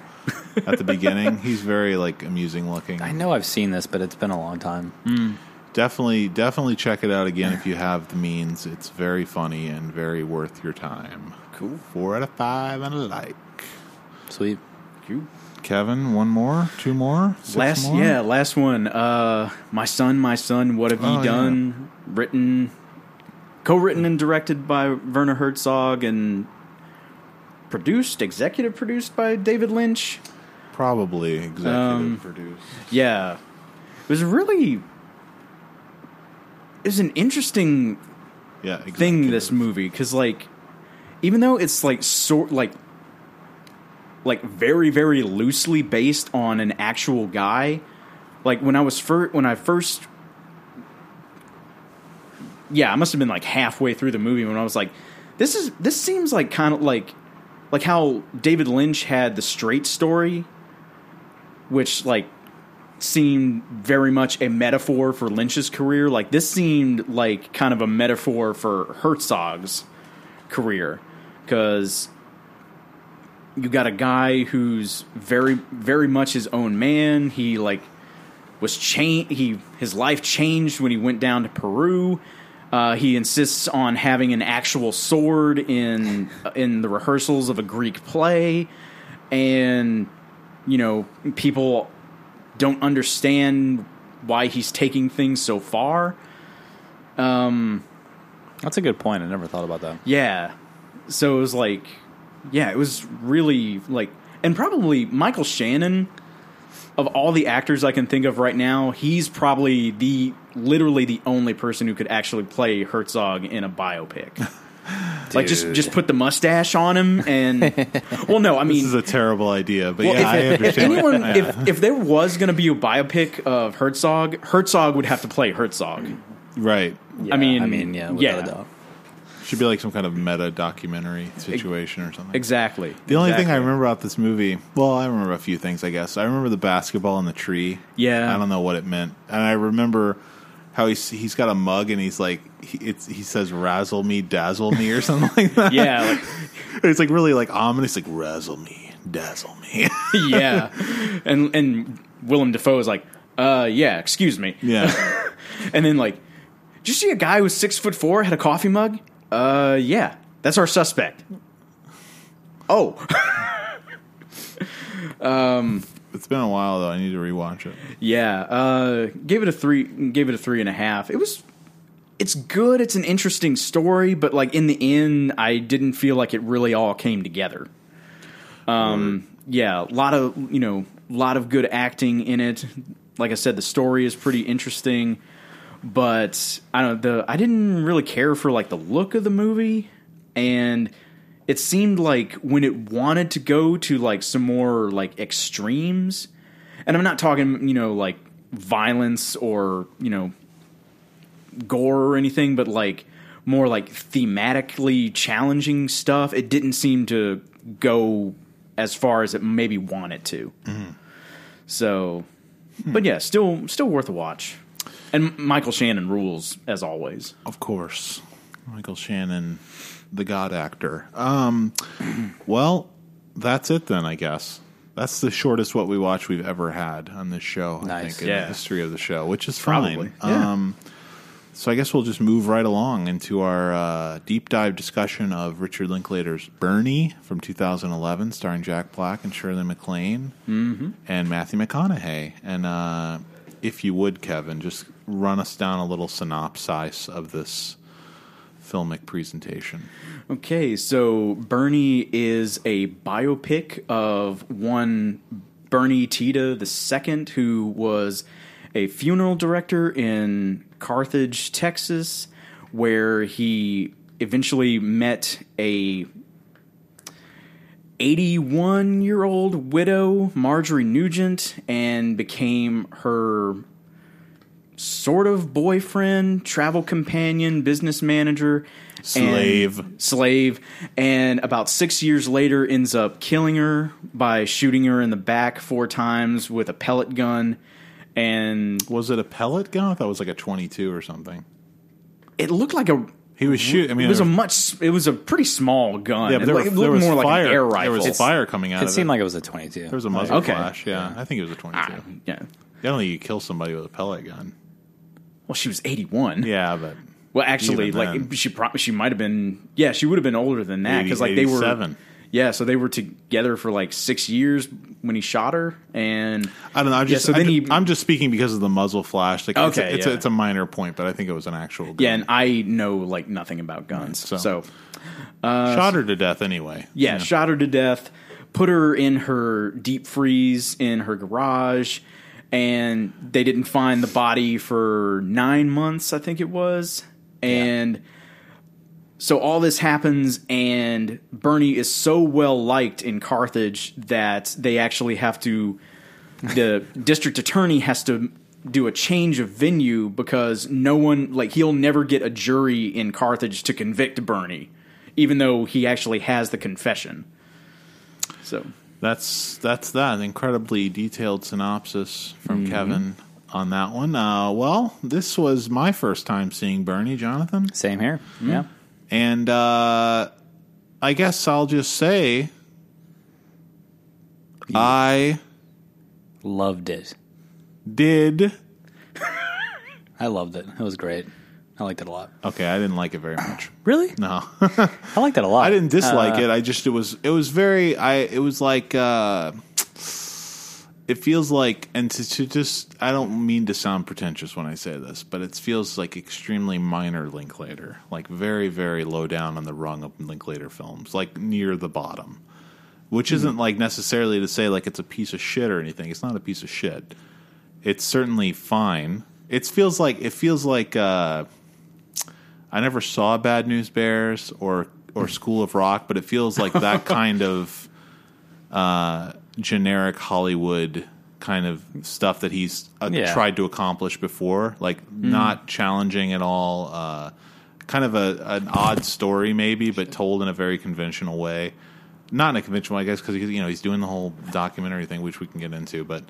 A: at the beginning. He's very like amusing looking.
C: I know I've seen this, but it's been a long time.
A: Definitely, definitely check it out again if you have the means. It's very funny and very worth your time.
B: Cool.
A: Four out of five and a like.
C: Sweet.
B: You-
A: Kevin, one more, two more, six
B: last
A: more?
B: yeah last one uh my son my son what have
A: Oh,
B: you
A: yeah.
B: done written co-written and directed by werner herzog and produced executive produced by david lynch
A: probably executive
B: Um,
A: produced.
B: yeah it was really it was an interesting
A: Yeah,
B: thing this
A: executive.
B: movie because like even though it's like sort like like very very loosely based on an actual guy like when i was first when i first yeah i must have been like halfway through the movie when i was like this is this seems like kind of like like how david lynch had the straight story which like seemed very much a metaphor for Lynch's career. Like this seemed like kind of a metaphor for Herzog's career because you got a guy who's very very much his own man. He like was changed. He his life changed when he went down to Peru. Uh, he insists on having an actual sword in in the rehearsals of a Greek play, and you know people don't understand why he's taking things so far.
C: That's a good point. I never thought about that.
B: Yeah. So it was like, yeah, it was really like, and probably Michael Shannon, of all the actors I can think of right now, he's probably the literally the only person who could actually play Herzog in a biopic. like just
C: Dude.
B: just put the mustache on him and well no I mean
A: This is a terrible idea, but
B: Well,
A: yeah, I
B: if, if
A: understand. what-
B: anyone,
A: yeah.
B: if, if there was going to be a biopic of Herzog, Herzog would have to play Herzog.
A: right,
B: I mean,
C: I mean, yeah,
B: yeah.
C: without a doubt.
A: should be like some kind of meta documentary situation or something.
B: Exactly.
A: The only thing I remember about this movie, well, I remember a few things, I guess. I remember the basketball in the tree.
B: Yeah.
A: I don't know what it meant, and I remember how he's he's got a mug and he's like he, it's, he says "razzle me, dazzle me" or something like that.
B: yeah, like,
A: It's like really like ominous, like "razzle me, dazzle me."
B: yeah, and and Willem Dafoe is like, uh, yeah, excuse me,
A: yeah,
B: and then like, did you see a guy who's six foot four had a coffee mug? Uh, yeah, that's our suspect. Oh,
A: it's been a while though. I need to rewatch it.
B: yeah, uh, gave it a three, gave it a three and a half. It was. It's good. It's an interesting story, but like in the end, I didn't feel like it really all came together. Um, yeah, a lot of you know, lot of good acting in it. Like I said, the story is pretty interesting, but I don't the I didn't really care for like the look of the movie, and it seemed like when it wanted to go to like some more like extremes, and I'm not talking you know like violence or you know gore or anything, but like more like thematically challenging stuff. It didn't seem to go as far as it maybe wanted to. So, but yeah, still still worth a watch. And Michael Shannon rules as always.
A: Of course. Michael Shannon, the God actor. Um, well, that's it then, I guess. That's the shortest what we watch we've ever had on this show, I
C: Nice.
A: think, in the
B: Yeah.
A: history of the show, which is
B: Probably,
A: fine.
B: yeah.
A: Um, so I guess we'll just move right along into our uh, deep dive discussion of Richard Linklater's Bernie from 2011, starring Jack Black and Shirley MacLaine
B: Mm-hmm.
A: and Matthew McConaughey. And uh, if you would, Kevin, just run us down a little synopsis of this filmic presentation.
B: Okay, so Bernie is a biopic of one Bernie Tita II, who was a funeral director in Carthage, Texas, where he eventually met a 81 year old widow, Marjorie Nugent, and became her sort of boyfriend, travel companion, business manager, and-
A: Slave.
B: slave. And about six years later, ends up killing her by shooting her in the back four times with a pellet gun. And
A: Was it a pellet gun? I thought it was like a 22 or something.
B: it looked like a
A: He was shooting. I mean,
B: Mm-hmm. It was a
A: there-
B: much. It was a pretty small gun.
A: yeah,
B: it,
A: but there,
B: looked-
A: were-
B: it
A: there
B: looked
A: was
B: more
A: fire.
B: like an air
A: There
B: rifle.
A: was fire coming out
C: It
A: of
C: seemed
A: it.
C: like it was a 22.
A: there was a muzzle
B: Okay.
A: flash. Yeah, I think it was a 22.
B: Ah, yeah.
A: I don't think you kill somebody with a pellet gun.
B: Well, she was eighty-one.
A: Yeah, but
B: Well, actually,
A: Even
B: like
A: then.
B: she pro- she might have been. Yeah, she would have been older than that because like they were.
A: 87.
B: Yeah, so they were together for like six years when he shot her, and
A: I don't know. I'm
B: Yeah,
A: just,
B: so
A: I'm,
B: then
A: ju-
B: he-
A: I'm just speaking because of the muzzle flash. Like, it's,
B: Okay,
A: a, it's, a,
B: yeah.
A: it's a minor point, but I think it was an actual. Gun.
B: yeah, and I know like nothing about guns,
A: Right, so-
B: so
A: shot her to death anyway.
B: Yeah, shot her to death, put her in her deep freeze in her garage, and they didn't find the body for nine months, I think it was. And so all this happens, and Bernie is so well liked in Carthage that they actually have to, the district attorney has to do a change of venue because no one, like, he'll never get a jury in Carthage to convict Bernie, even though he actually has the confession. So,
A: That's that's that an incredibly detailed synopsis from
B: Mm-hmm.
A: Kevin on that one. Uh, well, this was my first time seeing Bernie Jonathan,
C: Same here.
A: Hmm.
C: Yeah.
A: and uh, I guess I'll just say I
C: Loved it.
A: did.
C: I loved it. It was great. I liked it a lot.
A: Okay, I didn't like it very much.
C: Really?
A: No.
C: I liked it a lot.
A: I didn't dislike it. I just it was it was very I it was like uh it feels like and to, to just I don't mean to sound pretentious when I say this, but it feels like extremely minor Linklater, like very very low down on the rung of Linklater films, like near the bottom. Which isn't like necessarily to say like it's a piece of shit or anything. It's not a piece of shit. It's certainly fine. It feels like it feels like uh I never saw Bad News Bears or or School of Rock, but it feels like that kind of uh, generic Hollywood kind of stuff that he's uh,
C: Yeah.
A: tried to accomplish before, like not challenging at all. Uh, kind of a an odd story, maybe, but told in a very conventional way. Not in a conventional, way, I guess, because you know he's doing the whole documentary thing, which we can get into, but.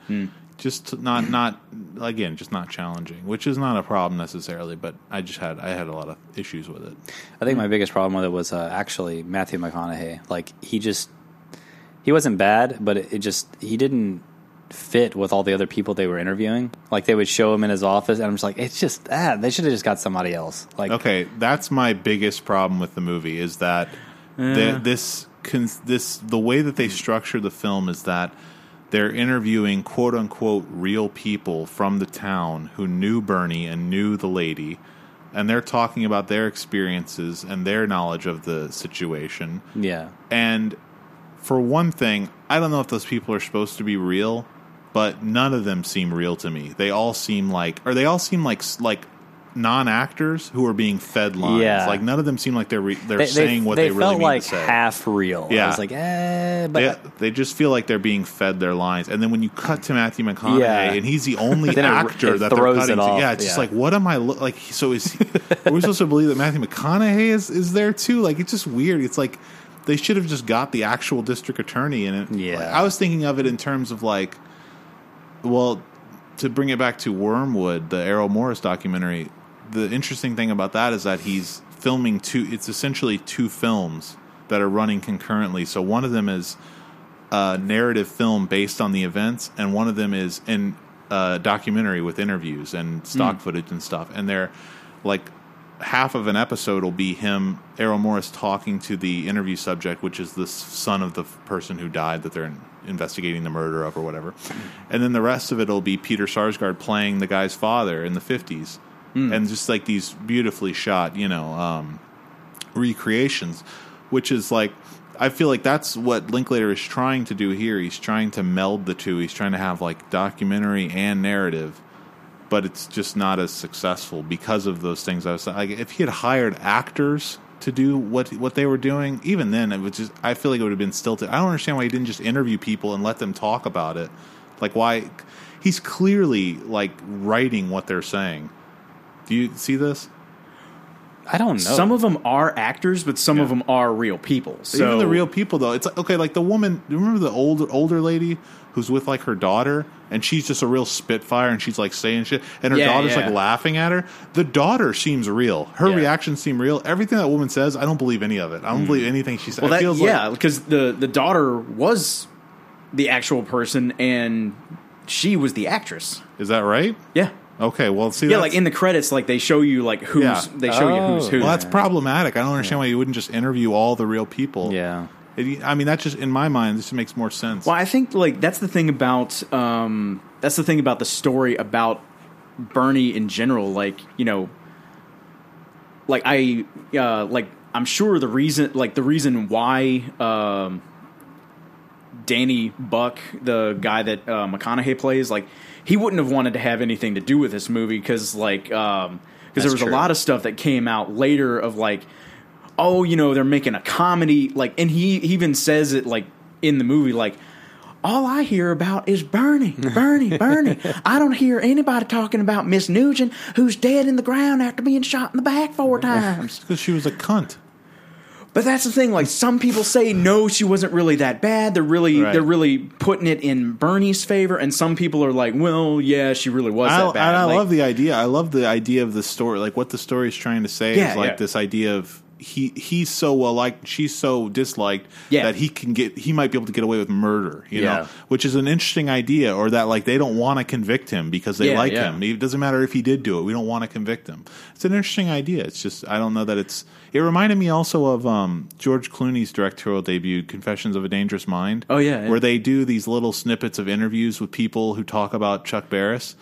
A: Just not, not again, just not challenging, which is not a problem necessarily, but I just had, I had a lot of issues with it.
C: I think my biggest problem with it was uh, actually Matthew McConaughey. Like he just he wasn't bad, but it, it just he didn't fit with all the other people they were interviewing. Like they would show him in his office, and I'm just like, it's just that they should have just got somebody else. Like
A: Okay, that's my biggest problem with the movie is that the, this con- this the way that they structure the film is that they're interviewing quote unquote real people from the town who knew Bernie and knew the lady, and they're talking about their experiences and their knowledge of the situation.
C: yeah,
A: And for one thing, I don't know if those people are supposed to be real, but none of them seem real to me. They all seem like, or they all seem like like non actors who are being fed lines.
C: Yeah.
A: Like none of them seem like they're re- they're
C: they,
A: saying what they, really
C: felt
A: mean
C: like
A: to say.
C: half real. I
A: Yeah.
C: was like, eh, but
A: they, they just feel like they're being fed their lines, and then when you cut to Matthew McConaughey,
C: Yeah.
A: and he's the only
C: Then it-
A: actor
C: it
A: that
C: throws
A: they're
C: it
A: cutting
C: off,
A: to, yeah, it's just
C: yeah.
A: like, what am I lo- like? So is he, are we supposed to believe that Matthew McConaughey is is there too? Like, it's just weird. It's like they should have just got the actual district attorney in it.
C: Yeah.
A: Like, I was thinking of it in terms of like, well, to bring it back to Wormwood, the Errol Morris documentary. The interesting thing about that is that he's filming two. It's essentially two films that are running concurrently. So one of them is a narrative film based on the events, and one of them is in a documentary with interviews and stock footage and stuff. And they're like half of an episode will be him, Errol Morris, talking to the interview subject, which is the s- son of the f- person who died that they're in- investigating the murder of or whatever. And then the rest of it will be Peter Sarsgaard playing the guy's father in the 50s. And just like these beautifully shot, you know, um, recreations, which is like I feel like that's what Linklater is trying to do here. He's trying to meld the two. He's trying to have like documentary and narrative, but it's just not as successful because of those things I was saying. Like if he had hired actors to do what what they were doing. Even then, it was just I feel like it would have been stilted. I don't understand why he didn't just interview people and let them talk about it. Like why he's clearly like writing what they're saying. Do you see this?
C: I don't know.
B: Some of them are actors, but some of
A: Oh. Yeah.
B: them are real people. So
A: Even the real people though, it's like, okay. Like the woman, you remember the older older lady who's with like her daughter, and she's just a real spitfire, and she's like saying shit, and her
B: Yeah,
A: daughter's
B: yeah.
A: like laughing at her. The daughter seems real. Her
B: Yeah. Hmm.
A: reactions seem real. Everything that woman says, I don't believe any of it. I don't believe anything she says.
B: well,
A: it
B: that,
A: feels like
B: yeah, because the the daughter was the actual person, and she was the actress.
A: is that right?
B: Yeah,
A: Okay. Well, see,
B: yeah.
A: that's-
B: Like in the credits, like they show you like who's
A: Yeah.
B: they show you who's
C: Oh.
B: who.
A: Well, that's problematic. I don't understand why you wouldn't just interview all the real people.
C: yeah.
A: It, I mean, that's just in my mind. This makes more sense.
B: Well, I think like that's the thing about um, that's the thing about the story about Bernie in general. Like you know, like I uh, like I'm sure the reason like the reason why um, Danny Buck, the guy that uh, McConaughey plays, like he wouldn't have wanted to have anything to do with this movie because like because there
C: That's
B: was
C: true.
B: a lot of stuff that came out later of like oh you know they're making a comedy like and he he even says it like in the movie like all I hear about is Bernie, Bernie, Bernie. I don't hear anybody talking about Miss Nugent, who's dead in the ground after being shot in the back four times.
A: because she was a cunt.
B: But that's the thing. Like some people say, no, she wasn't really that bad. They're really
A: Right.
B: they're really putting it in Bernie's favor, and some people are like, well, yeah, she really was
A: I,
B: that bad.
A: and I
B: Like,
A: love the idea. I love the idea of the story, like what the story is trying to say
B: Yeah,
A: is like
B: yeah.
A: this idea of he he's so well liked, she's so disliked
B: Yeah.
A: that he can get he might be able to get away with murder, you
C: Yeah.
A: know, which is an interesting idea. Or that like they don't want to convict him because they
B: Yeah,
A: like
B: yeah.
A: him. It doesn't matter if he did do it. We don't want to convict him. It's an interesting idea. It's just I don't know that it's. It reminded me also of um, George Clooney's directorial debut, Confessions of a Dangerous Mind.
B: Oh, yeah, yeah.
A: where they do these little snippets of interviews with people who talk about Chuck Barris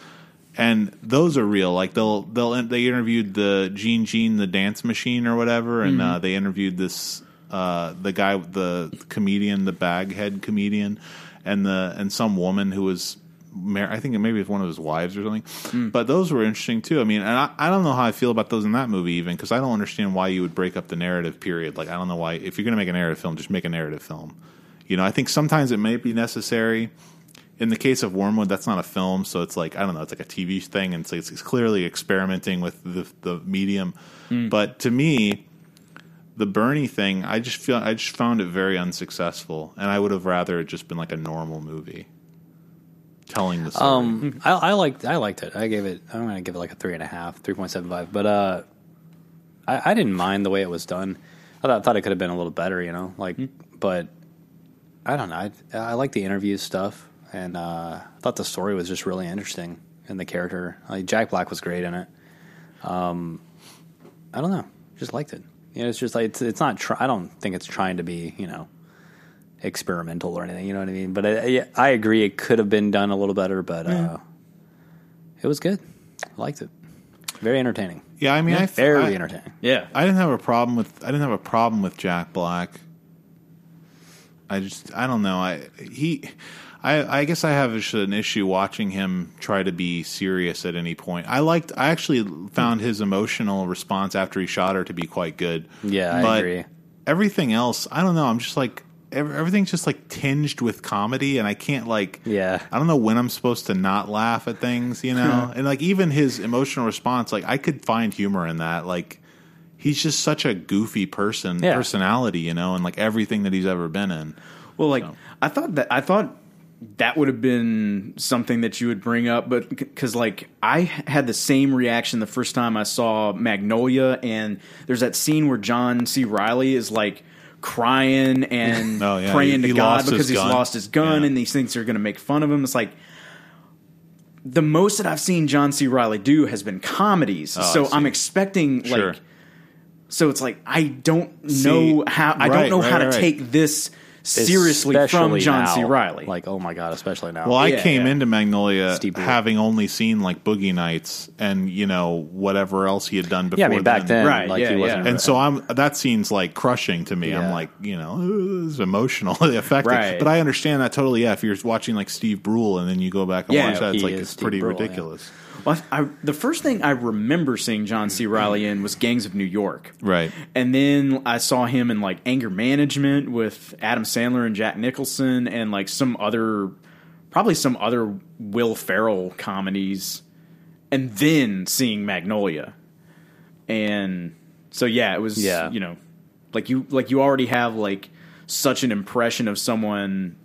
A: and those are real. Like they'll they'll they interviewed the Gene Gene the Dance Machine or whatever, and
B: Mm-hmm.
A: uh, they interviewed this uh, the guy the comedian the baghead comedian, and the and some woman who was. Mar- I think it maybe was one of his wives or something,
B: Mm.
A: but those were interesting too. I mean, and I, I don't know how I feel about those in that movie even because I don't understand why you would break up the narrative period. Like I don't know why if you're going to make a narrative film, just make a narrative film. You know, I think sometimes it may be necessary in the case of Wormwood, that's not a film, so it's like I don't know, it's like a TV thing, and so it's, it's clearly experimenting with the, the medium.
C: Hmm.
A: But to me, the Bernie thing, I just feel I just found it very unsuccessful, and I would have rather it just been like a normal movie telling the story.
C: Um, I, I liked I liked it. I gave it. I'm gonna give it like a three and a half, three point seven five. But uh, I, I didn't mind the way it was done. I thought, thought it could have been a little better, you know. Like, but I don't know. I I like the interview stuff, and uh, I thought the story was just really interesting, and the character like Jack Black was great in it. Um, I don't know. Just liked it. You know, it's just like it's it's not. Try, I don't think it's trying to be. You know experimental or anything. You know what I mean? But I, yeah, I agree. It could have been done a little better, but uh, it was good. I liked it. Very entertaining.
A: yeah, I mean, I,
C: Very
A: I,
C: entertaining.
B: yeah.
A: I didn't have a problem with I didn't have a problem with Jack Black. I just I don't know. I he I I guess I have just an issue watching him try to be serious at any point. I liked I actually found his emotional response after he shot her to be quite good.
C: Yeah, I
A: But
C: agree.
A: Everything else, I don't know. I'm just like ev- everything's just like tinged with comedy and I can't like
C: Yeah.
A: I don't know when I'm supposed to not laugh at things, you know? and like even his emotional response, like I could find humor in that. Like he's just such a goofy person
C: Yeah.
A: personality, you know, and like everything that he's ever been in.
B: Well, like I thought that I thought that would have been something that you would bring up, but because like I had the same reaction the first time I saw Magnolia, and there's that scene where John C. Riley is like crying and
A: Oh, yeah,
B: praying
A: he-
B: to
A: he
B: God
A: lost
B: because
A: his
B: he's
A: gun.
B: lost his gun,
A: Yeah.
B: and these things are going to make fun of him. It's like the most that I've seen John C. Riley do has been comedies, so
A: Oh, I see.
B: I'm expecting
A: Sure.
B: like. So it's like I don't
A: See,
B: know how I
A: right,
B: don't know how
A: right,
B: to
A: right.
B: take this seriously from
C: Especially
B: John C.
C: now.
B: Riley.
C: Like, oh my god, especially now.
A: Well, I
B: Yeah,
A: came
B: yeah.
A: into Magnolia
C: Steve Blue.
A: having only seen like Boogie Nights and, you know, whatever else he had done before
C: yeah, I mean back then,
B: Right,
C: like
B: yeah,
C: he wasn't.
B: yeah.
A: And so I'm that scene's like crushing to me. I'm
C: Yeah.
A: like, you know, "Ooh, this is emotionally affected.
B: Right.
A: But I understand that totally. Yeah, if you're watching like Steve Brule and then you go back and
B: Yeah,
A: watch that, it's
C: he
A: like
C: is
A: it's
C: Steve
A: pretty
C: Brule, yeah.
A: ridiculous.
B: Well, I, I- the first thing I remember seeing John C. Riley in was Gangs of New York.
A: Right.
B: And then I saw him in like Anger Management with Adam Sandler and Jack Nicholson and like some other, probably some other Will Ferrell comedies. And then seeing Magnolia. And so, yeah, it was,
C: Yeah.
B: you know, like you, like you already have like such an impression of someone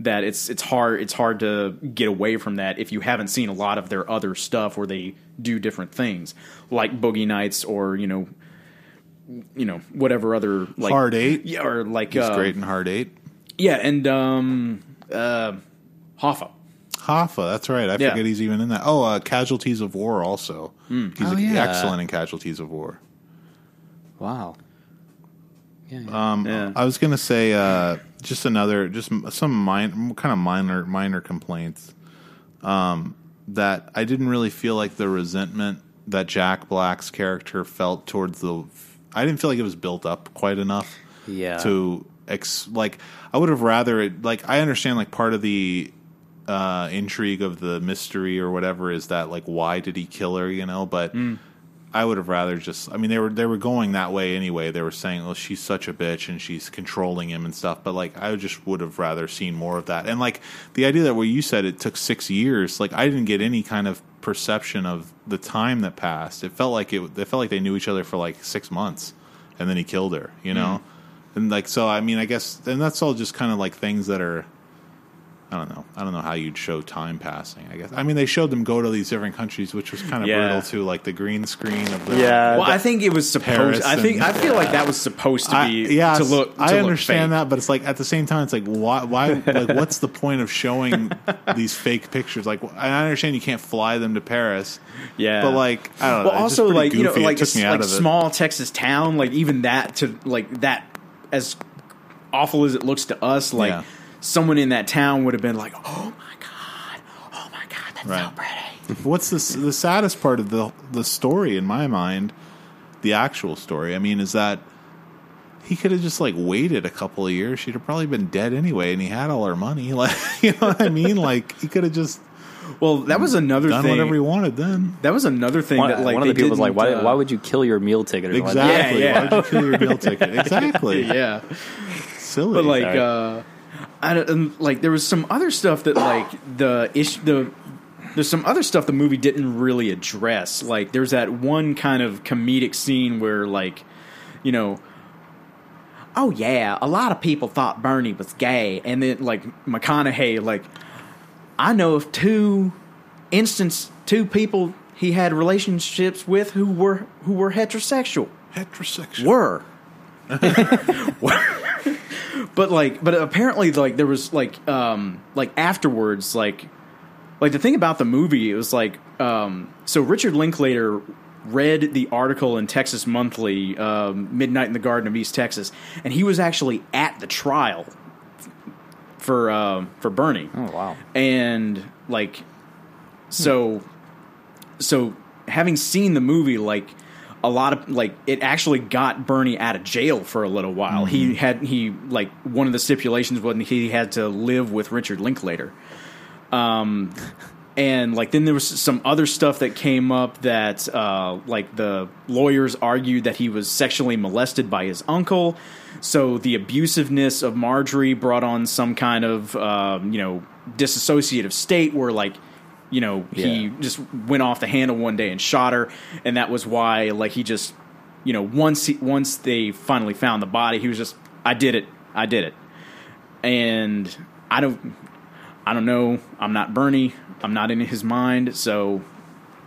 B: that it's it's hard it's hard to get away from that if you haven't seen a lot of their other stuff where they do different things like Boogie Nights or you know you know whatever other like
A: Hard Eight.
B: yeah or like
A: He's
C: Um,
B: uh,
A: great in Hard Eight.
B: yeah and um uh Hoffa
A: Hoffa, that's right. I
B: Yeah.
A: forget he's even in that. Oh, uh, Casualties of War also. He's
C: Oh, yeah.
A: excellent in Casualties of War.
C: Wow. Yeah. yeah.
B: yeah
A: I was gonna say uh, just another, just m- some min- kind of minor, minor complaints um, that I didn't really feel like the resentment that Jack Black's character felt towards the. I didn't feel like it was built up quite enough
C: yeah.
A: to ex- like. I would have rather it like I understand like part of the uh, intrigue of the mystery or whatever is that like why did he kill her you know but. I would have rather just. I mean, they were they were going that way anyway. They were saying, "Oh, she's such a bitch and she's controlling him and stuff." But like, I just would have rather seen more of that. And like the idea that where you said it took six years, like I didn't get any kind of perception of the time that passed. It felt like it. It felt like they knew each other for like six months, and then he killed her. You know, and like so. I mean, I guess, and that's all just kind of like things that are. I don't know. I don't know how you'd show time passing. I guess. I mean, they showed them go to these different countries, which was kind of
B: Yeah.
A: brutal too. Like the green screen of the
C: Yeah.
B: well I think it was supposed
A: Paris
B: I think
A: and-
B: I feel like that was supposed to
A: I,
B: be
A: yeah,
B: to look to
A: I
B: look
A: understand
B: fake.
A: that, but it's like at the same time, it's like why? Why? like, what's the point of showing these fake pictures? Like, I understand you can't fly them to Paris,
B: yeah
A: but like, I don't know.
B: well
A: Uh, it's just
B: also
A: pretty
B: like you know
A: goofy. It
B: like
A: took
B: it's
A: me out
B: like
A: of it.
B: small texas town like even that to like that as awful as it looks to us like
A: Yeah.
B: someone in that town would have been like oh my god oh my god that's so
A: Right.
B: pretty
A: What's the the saddest part of the the story in my mind? The actual story, I mean, is that he could have just like waited a couple of years. She'd have probably been dead anyway, and he had all her money. Like, you know what I mean? Like, he could have just
B: well that was another
A: done
B: thing
A: whatever he wanted then.
B: that was another thing
C: one,
B: that like
C: one of the
B: they
C: people was like, why,
B: didn't, uh,
C: why would you kill your meal ticket? Or something like
A: Exactly.
B: Yeah,
A: Why would you kill your meal ticket? Exactly.
B: yeah
A: Silly.
B: but like
C: Sorry.
B: uh I don't, and, like there was some other stuff that like the ish the there's some other stuff the movie didn't really address like there's that one kind of comedic scene where like you know oh yeah a lot of people thought bernie was gay and then like mcconaughey like i know of two instance two people he had relationships with who were who were heterosexual
A: heterosexual.
B: were. but like but apparently like there was like um like afterwards like like the thing about the movie it was like um so Richard Linklater read the article in Texas Monthly um, Midnight in the Garden of East Texas and he was actually at the trial for um for Bernie
C: that? Oh, wow.
B: and like so so having seen the movie like a lot of like it actually got Bernie out of jail for a little while. He had he like one of the stipulations was he had to live with Richard Linklater. Um and like then there was some other stuff that came up that uh like the lawyers argued that he was sexually molested by his uncle. So the abusiveness of Marjorie brought on some kind of um, you know disassociative state where like you know he
C: Yeah.
B: just went off the handle one day and shot her, and that was why like he just you know once he, once they finally found the body, he was just I did it, I did it, and I don't I don't know I'm not Bernie, I'm not in his mind, so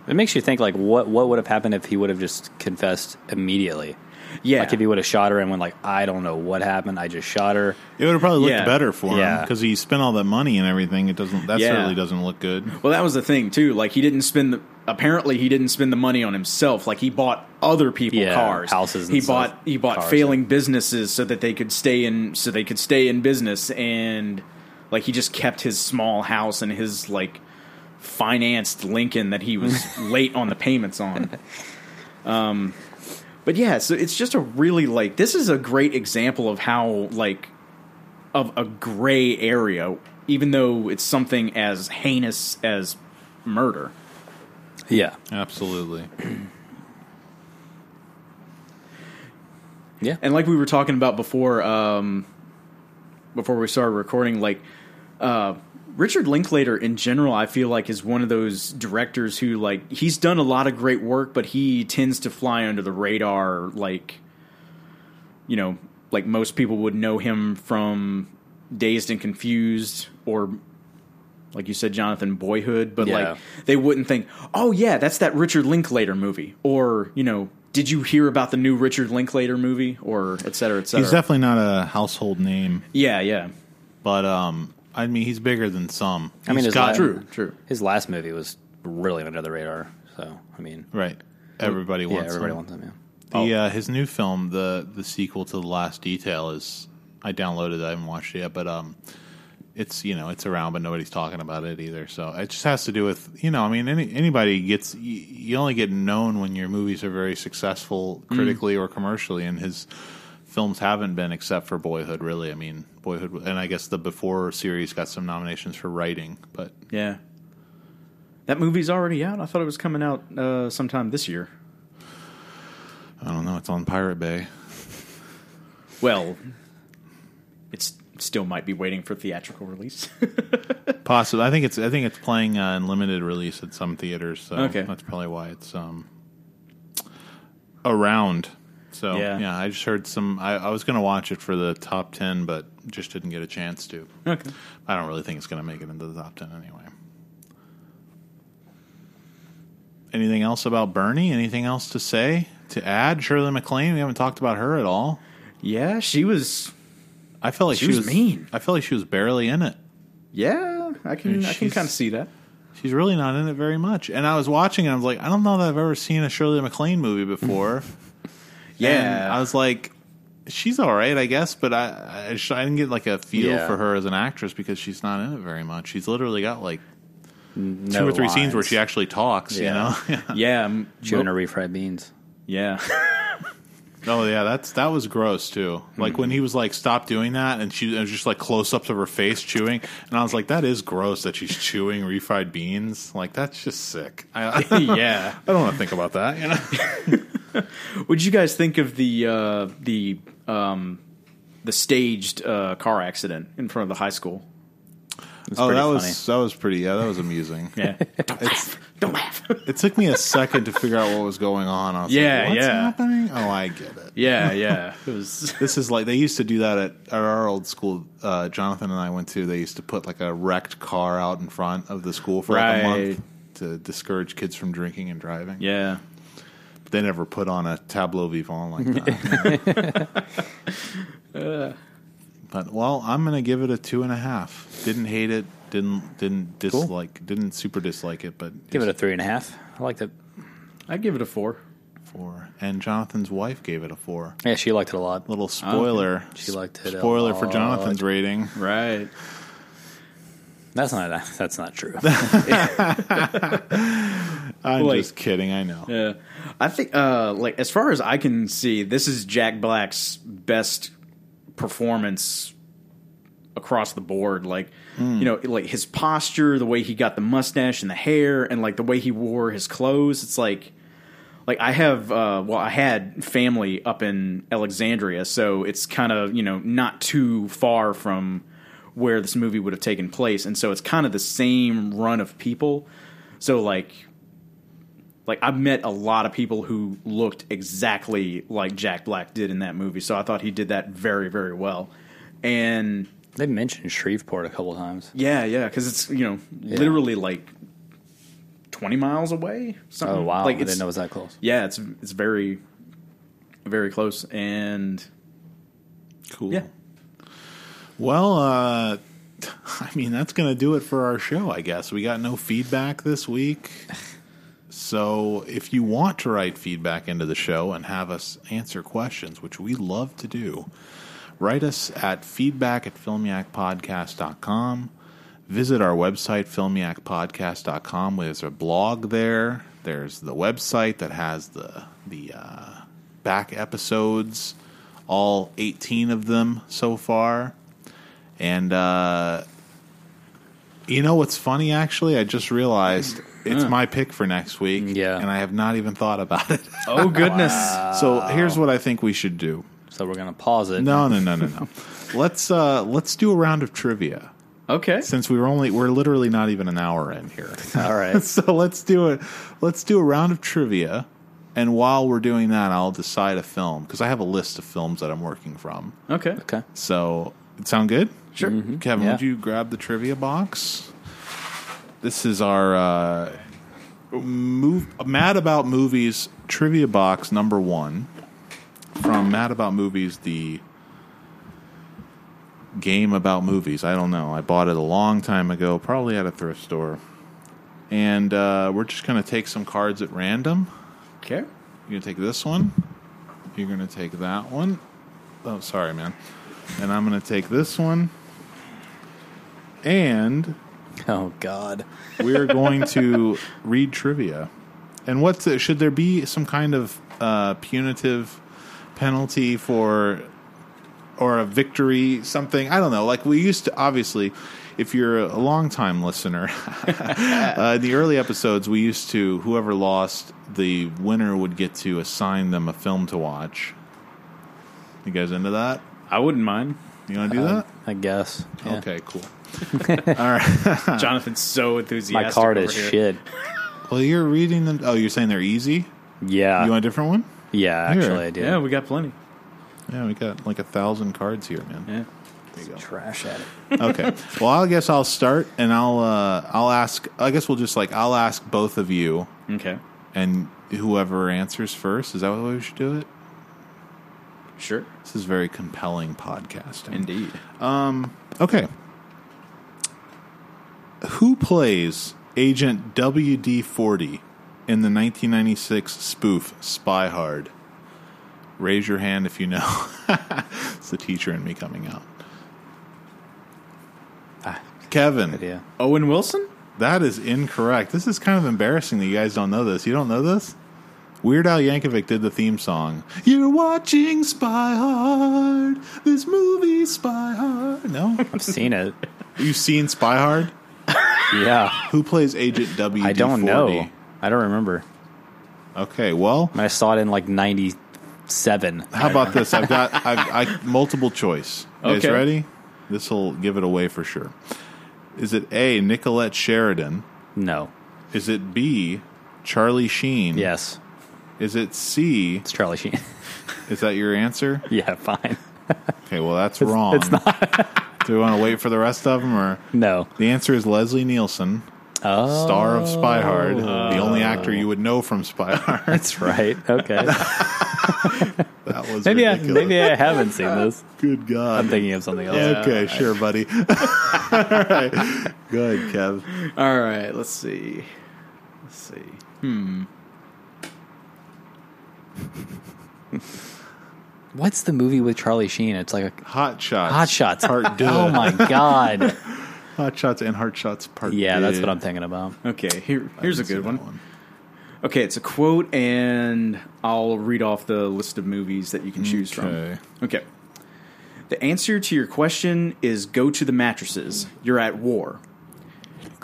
C: It makes you think, like, what, what would have happened if he would have just confessed immediately?
B: yeah,
C: Like, if he would have shot her and went, like, I don't know what happened. I just shot her.
A: It would have probably looked
B: Yeah.
A: better for him 'cause him
C: Yeah.
A: because he spent all that money and everything. It doesn't. That
B: Yeah.
A: certainly doesn't look good.
B: Well, that was the thing too. Like he didn't spend the apparently he didn't spend the money on himself. Like he bought other people
C: Yeah,
B: cars,
C: houses and
B: he
C: stuff.
B: bought he bought
C: Cars,
B: failing businesses so that they could stay in so they could stay in business and like he just kept his small house and his like financed Lincoln that he was late on the payments on. Um but yeah, so it's just a really like this is a great example of how like of a gray area, even though it's something as heinous as murder.
C: Yeah.
A: Absolutely.
C: Yeah.
B: And like we were talking about before, um, before we started recording, like uh, Richard Linklater in general, I feel like is one of those directors who like he's done a lot of great work, but he tends to fly under the radar. Like, you know, like most people would know him from Dazed and Confused or. Like you said, Jonathan Boyhood, but
C: Yeah.
B: like they wouldn't think, oh yeah, that's that Richard Linklater movie, or you know, did you hear about the new Richard Linklater movie, or et cetera, et cetera.
A: He's definitely not a household name,
B: yeah, yeah,
A: but um, I mean, he's bigger than some.
C: I mean,
A: He's
C: his
A: got-
C: last-
B: true, true.
C: His last movie was really under the radar. So, I mean,
A: right? Everybody
C: yeah,
A: wants.
C: everybody
A: him.
C: wants him. Yeah.
A: The uh, his new film, the the sequel to the Last Detail, is I downloaded. it. I haven't watched it yet, but um, it's you know it's around, but nobody's talking about it either. So it just has to do with you know, I mean, any anybody gets you, you only get known when your movies are very successful critically or commercially, and his films haven't been except for Boyhood. Really, I mean, Boyhood, and I guess the Before series got some nominations for writing, but
B: Yeah. That movie's already out. I thought it was coming out uh, sometime this year.
A: I don't know. It's on Pirate Bay.
B: Well, it still might be waiting for theatrical release.
A: Possible. I think it's. I think it's playing uh, in limited release at some theaters. So
B: Okay.
A: that's probably why it's um around. So
B: Yeah.
A: yeah, I just heard some. I, I was going to watch it for the top ten, but just didn't get a chance to.
B: okay.
A: I don't really think it's going to make it into the top ten anyway. Anything else about Bernie? Anything else to say to add? Shirley MacLaine. We haven't talked about her at all.
B: Yeah, she was.
A: I felt like
B: She
A: she,
B: was mean.
A: I felt like she was barely in it.
B: Yeah, I can.
A: And
B: I can
A: she's-
B: kind of see that.
A: She's really not in it very much. And I was watching and I was like, I don't know that I've ever seen a Shirley MacLaine movie before. And I was like, she's all right, I guess, but I I, just- I didn't get like a feel
C: Yeah.
A: for her as an actress because she's not in it very much. She's literally got like two
C: No
A: or three scenes
C: lines.
A: where she actually talks,
C: Yeah.
A: you know?
B: yeah, m- oh,
C: chewing her refried beans.
B: yeah,
A: oh yeah, that's that was gross too.
C: Hmm.
A: Like when he was like, stop doing that and she it was just like close ups of her face chewing and I was like, That is gross that she's chewing refried beans. Like that's just sick. I,
B: yeah.
A: I don't want to think about that, you know.
B: What'd you guys think of the uh, the um, the staged uh, car accident in front of the high school?
C: It's
A: Oh,
C: pretty
A: that
C: funny.
A: was that was pretty. Yeah, that was amusing.
B: Yeah,
A: It's,
B: don't laugh.
A: it took me a second to figure out what was going on. I was
B: Yeah,
A: like, What's
B: yeah.
A: happening? Oh, I get it.
B: yeah, yeah. It was.
A: This is like they used to do that at, at our old school. Uh, Jonathan and I went to. They used to put like a wrecked car out in front of the school for like a
B: Right.
A: month to discourage kids from drinking and driving.
B: Yeah.
A: But they never put on a tableau vivant like that. but well, I'm gonna give it a two and a half. Didn't hate it. Didn't didn't dislike. Didn't super dislike it. But
C: Give it a three and a half. I liked it.
B: I'd give it a four.
A: four. And Jonathan's wife gave it a four.
C: Yeah, she liked it a lot.
A: Little spoiler.
C: Ah, She liked it a
A: Spoiler for
C: lot.
A: Jonathan's rating.
B: Right.
C: That's not that's not true.
A: I'm
B: Like-
A: just kidding. I know.
B: Yeah. I think uh like as far as I can see, this is Jack Black's best performance across the board. Like you know, like his posture, the way he got the mustache and the hair, and like the way he wore his clothes. It's like like I have uh well I had family up in Alexandria, so it's kind of, you know, not too far from where this movie would have taken place. And so it's kind of the same run of people. So like like I've met a lot of people who looked exactly like Jack Black did in that movie. So I thought he did that very very well. And
C: they mentioned Shreveport a couple times.
B: yeah, yeah, cuz it's, you know, literally like 20 miles away. Something.
A: Mm,
C: Oh wow,
B: Like
C: I
B: it's-
C: didn't know it was that close.
B: Yeah, it's it's very very close and
A: Cool.
B: yeah.
A: Well, uh, I mean, that's going to do it for our show, I guess. We got no feedback this week. So if you want to write feedback into the show and have us answer questions, which we love to do, write us at feedback at filmyakpodcast.com. Visit our website, filmyakpodcast.com. There's a blog there. There's the website that has the, the uh, back episodes, all 18 of them so far. And uh, you know what's funny? Actually, I just realized it's my pick for next week.
C: Yeah.
A: and I have not even thought about it.
B: Oh goodness.
A: so here's what I think we should do.
C: So we're gonna pause it.
A: No, no, no, no, no. let's uh, let's do a round of trivia
B: Okay.
A: since we were only we're literally not even an hour in here.
C: All right.
A: so let's do a let's do a round of trivia, and while we're doing that, I'll decide a film because I have a list of films that I'm working from.
B: Okay.
C: Okay.
A: So, it sound good?
B: Sure.
A: Kevin,
C: Yeah.
A: would you grab the trivia box? This is our uh, move, Mad About Movies trivia box number one from Mad About Movies, the game about movies. I don't know. I bought it a long time ago, probably at a thrift store. And uh, we're just going to take some cards at random.
B: Okay.
A: You're gonna take this one. You're gonna take that one. Oh, sorry, man. And I'm gonna take this one. And
C: Oh God.
A: we're going to read trivia. And what's the, should there be some kind of uh, punitive penalty for or a victory something? I don't know. Like we used to obviously if you're a long time listener, uh, in the early episodes, we used to whoever lost, the winner would get to assign them a film to watch. You guys into that?
B: I wouldn't mind.
A: You want to do that?
C: I guess. Yeah.
A: Okay, cool.
B: Jonathan's so
C: My
B: enthusiastic.
C: card
B: over
C: is
B: here.
C: shit.
A: Well, you're reading them. Oh, you're saying they're easy.
C: Yeah.
A: You want a different one?
C: yeah.
A: Here.
C: Actually, I do.
B: Yeah, we got plenty.
A: Yeah, we got like a thousand cards here, man.
B: Yeah.
A: There you
C: Trash at it.
A: go. okay. Well, I guess I'll start, and I'll uh, I'll ask. I guess we'll just like I'll ask both of you,
B: Okay.
A: and whoever answers first. Is that the way we should do it?
B: Sure.
A: This is very compelling podcasting.
B: Indeed.
A: Okay. Who plays Agent WD forty in the 1996 spoof Spy Hard? Raise your hand if you know. it's the teacher in me coming out. Kevin.
C: Yeah.
B: Owen Wilson?
A: That is incorrect. This is kind of embarrassing that you guys don't know this. You don't know this? Weird Al Yankovic did the theme song. You're watching Spy Hard. This movie, Spy Hard. No?
C: I've seen it.
A: You've seen Spy Hard?
C: Yeah.
A: Who plays Agent WD40?
C: I don't know. I don't remember.
A: Okay, well,
C: I mean, I saw it in like '97.
A: how about this? I've got I've, I multiple choice. You guys
B: Okay.
A: ready? This will give it away for sure. Is it A, Nicolette Sheridan?
C: No.
A: Is it B, Charlie Sheen?
C: Yes.
A: Is it C,
C: It's Charlie Sheen.
A: is that your answer?
C: yeah. Fine.
A: Okay, well that's wrong. It's not. Do we want to wait for the rest of them, or
C: No.
A: the answer is Leslie Nielsen,
C: Oh,
A: star of Spy Hard, the only actor you would know from
C: Oh.
A: Spy Hard.
C: that's right. Okay.
A: that was
C: maybe I,
A: ridiculous.
C: maybe I haven't seen this.
A: Good God!
C: I'm thinking of something else.
A: okay, sure, buddy. All right, good, Kev.
B: All right, let's see. Let's see.
C: What's the movie with Charlie Sheen? It's like a
A: Hot shots,
C: Hot Shots.
A: part two.
C: Oh my god.
A: Hot shots and hard shots, part.
C: Yeah, that's
A: Deux.
C: what I'm thinking about.
B: Okay, here here's a
A: Didn't see
B: good
A: that
B: one. Okay, it's a quote and I'll read off the list of movies that you can choose
A: Okay.
B: from. Okay. The answer to your question is go to the mattresses. You're at war.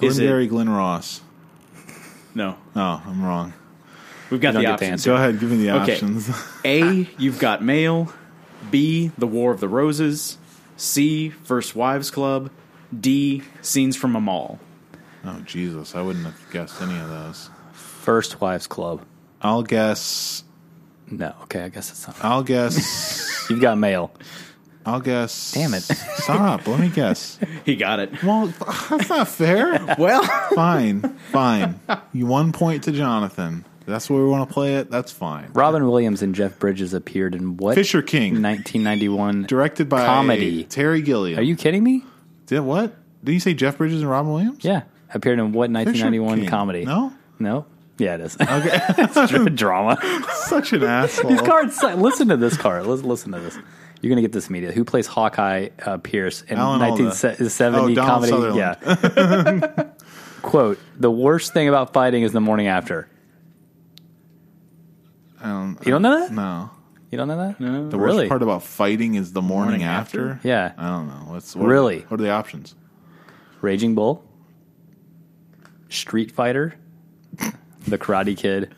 B: Is it-
A: Glengarry Glenn Ross.
B: No.
A: Oh, I'm wrong.
B: We've got
C: You don't
B: the
C: get to
B: options.
A: Go ahead, give me the
B: Okay.
A: options.
B: A, you've got mail. B, The War of the Roses. C, First Wives Club. D, Scenes from a Mall.
A: oh Jesus, I wouldn't have guessed any of those.
C: First Wives Club.
A: I'll guess.
C: No, okay, I guess it's not.
A: I'll guess.
C: You've got mail.
A: I'll guess.
C: Damn it.
A: Stop. Let me guess.
B: He got it.
A: Well, that's not fair.
B: Well,
A: fine. Fine. You one point to Jonathan. That's where we want to play it. That's fine.
C: Robin Williams and Jeff Bridges appeared in what?
A: Fisher King,
C: 1991.
A: directed by
C: Comedy.
A: Terry Gilliam.
C: Are you kidding me?
A: Did what? Did you say Jeff Bridges and Robin Williams?
C: Yeah. Appeared in what
A: Fisher
C: 1991
A: King.
C: comedy?
A: No.
C: No? Yeah, it is.
A: Okay.
C: Drama.
A: Such an asshole.
C: These cards, listen to this card. Let's listen to this. You're going to get this media. Who plays Hawkeye uh, Pierce in
A: Alan Alda.
C: 1970
A: Oh, Donald
C: comedy?
A: Sutherland.
C: Yeah. Quote The worst thing about fighting is the morning after.
A: Um,
C: You don't know that?
A: no.
C: You don't know that? No.
A: The
C: really?
A: worst part Uh. about fighting is the morning,
B: Morning
A: after.
B: after?
C: Yeah.
A: I don't know. What's what
C: Really?
A: What are the options?
C: Raging Bull, Street Fighter, The Karate Kid,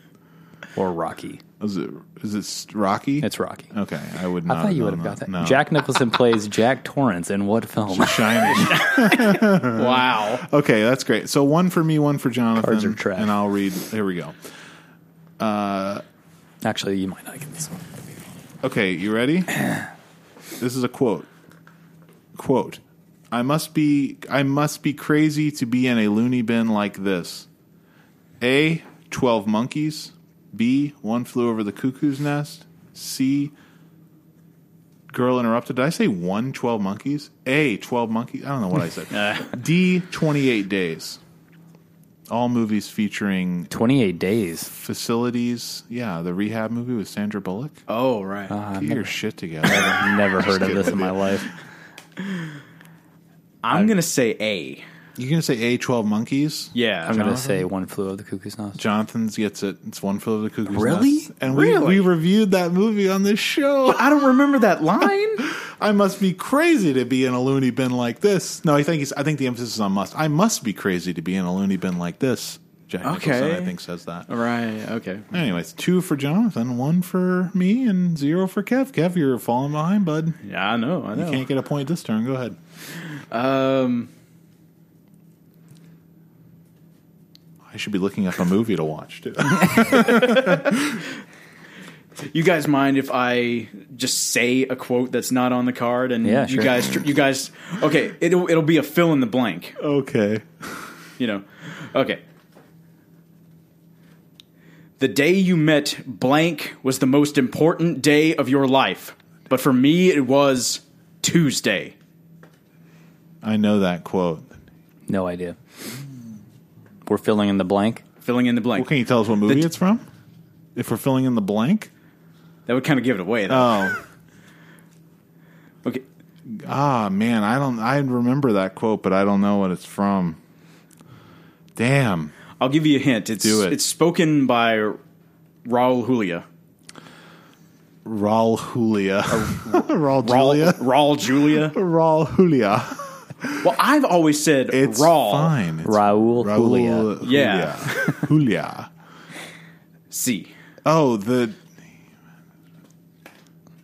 C: or Rocky.
A: Is it is it s- Rocky?
C: It's Rocky.
A: okay. I would. Not
C: I thought you would
A: known
C: have got that.
A: No.
C: Jack Nicholson plays Jack Torrance in what film?
A: Shining.
B: Wow.
A: Okay, that's great. So one for me, one for Jonathan,
C: Cards are trash.
A: and I'll read. Here we go.
C: Actually, you might not get this one.
A: Okay, you ready? this is a quote. Quote: I must be, I must be crazy to be in a loony bin like this. A. Twelve monkeys. B. One flew over the cuckoo's nest. C. Girl interrupted. Did I say one twelve monkeys? A. Twelve monkeys. I don't know what I said. D. Twenty eight days. All movies featuring
C: Twenty-eight days.
A: facilities. Yeah, the rehab movie with Sandra Bullock.
B: Oh, right.
A: Get your shit together.
C: I've never heard of
A: kidding
C: this in
A: with
C: my life.
B: I'm going to say A.
A: You're gonna say A twelve monkeys?
B: Yeah.
C: I'm going to
A: Jonathan?
C: say one flew over the cuckoo's nest.
A: Jonathan's gets it. It's one foot of the cuckoo's
B: Really?
A: nest. And we,
B: Really?
A: we reviewed that movie on this show.
B: I don't remember that line.
A: I must be crazy to be in a loony bin like this. No, I think he's, I think the emphasis is on must. I must be crazy to be in a loony bin like this. Jack Nicholson,
B: Okay.
A: I think, says that.
B: right. Okay.
A: Anyways, two for Jonathan, one for me, and zero for Kev. Kev, you're falling behind, bud.
B: Yeah, I know. I
A: You
B: know.
A: can't get a point this turn. Go ahead.
B: Um,
A: I should be looking up a movie to watch. Too.
B: you guys mind if I just say a quote that's not on the card and
C: Yeah,
B: you
C: sure.
B: guys you guys okay, it'll it'll be a fill in the blank,
A: okay.
B: you know. Okay. The day you met blank was the most important day of your life, but for me it was Tuesday.
A: I know that quote.
C: No idea. We're filling in the blank.
B: Filling in the blank.
A: Well, can you tell us what movie
B: The-
A: it's from? If we're filling in the blank?
B: That would kind of give it away though.
A: Oh,
B: okay.
A: ah, man, I don't. I remember that quote, but I don't know what it's from. Damn.
B: I'll give you a hint. It's
A: Do it.
B: it's spoken by Raul Julia.
A: Raul Julia. Raul Julia.
B: Raul Julia.
A: Raul Julia.
B: Well, I've always said
A: It's
B: raw.
A: fine. It's
C: Raul Julia.
A: Raul
B: Yeah.
A: Julia. Julia.
B: C.
A: Oh, the.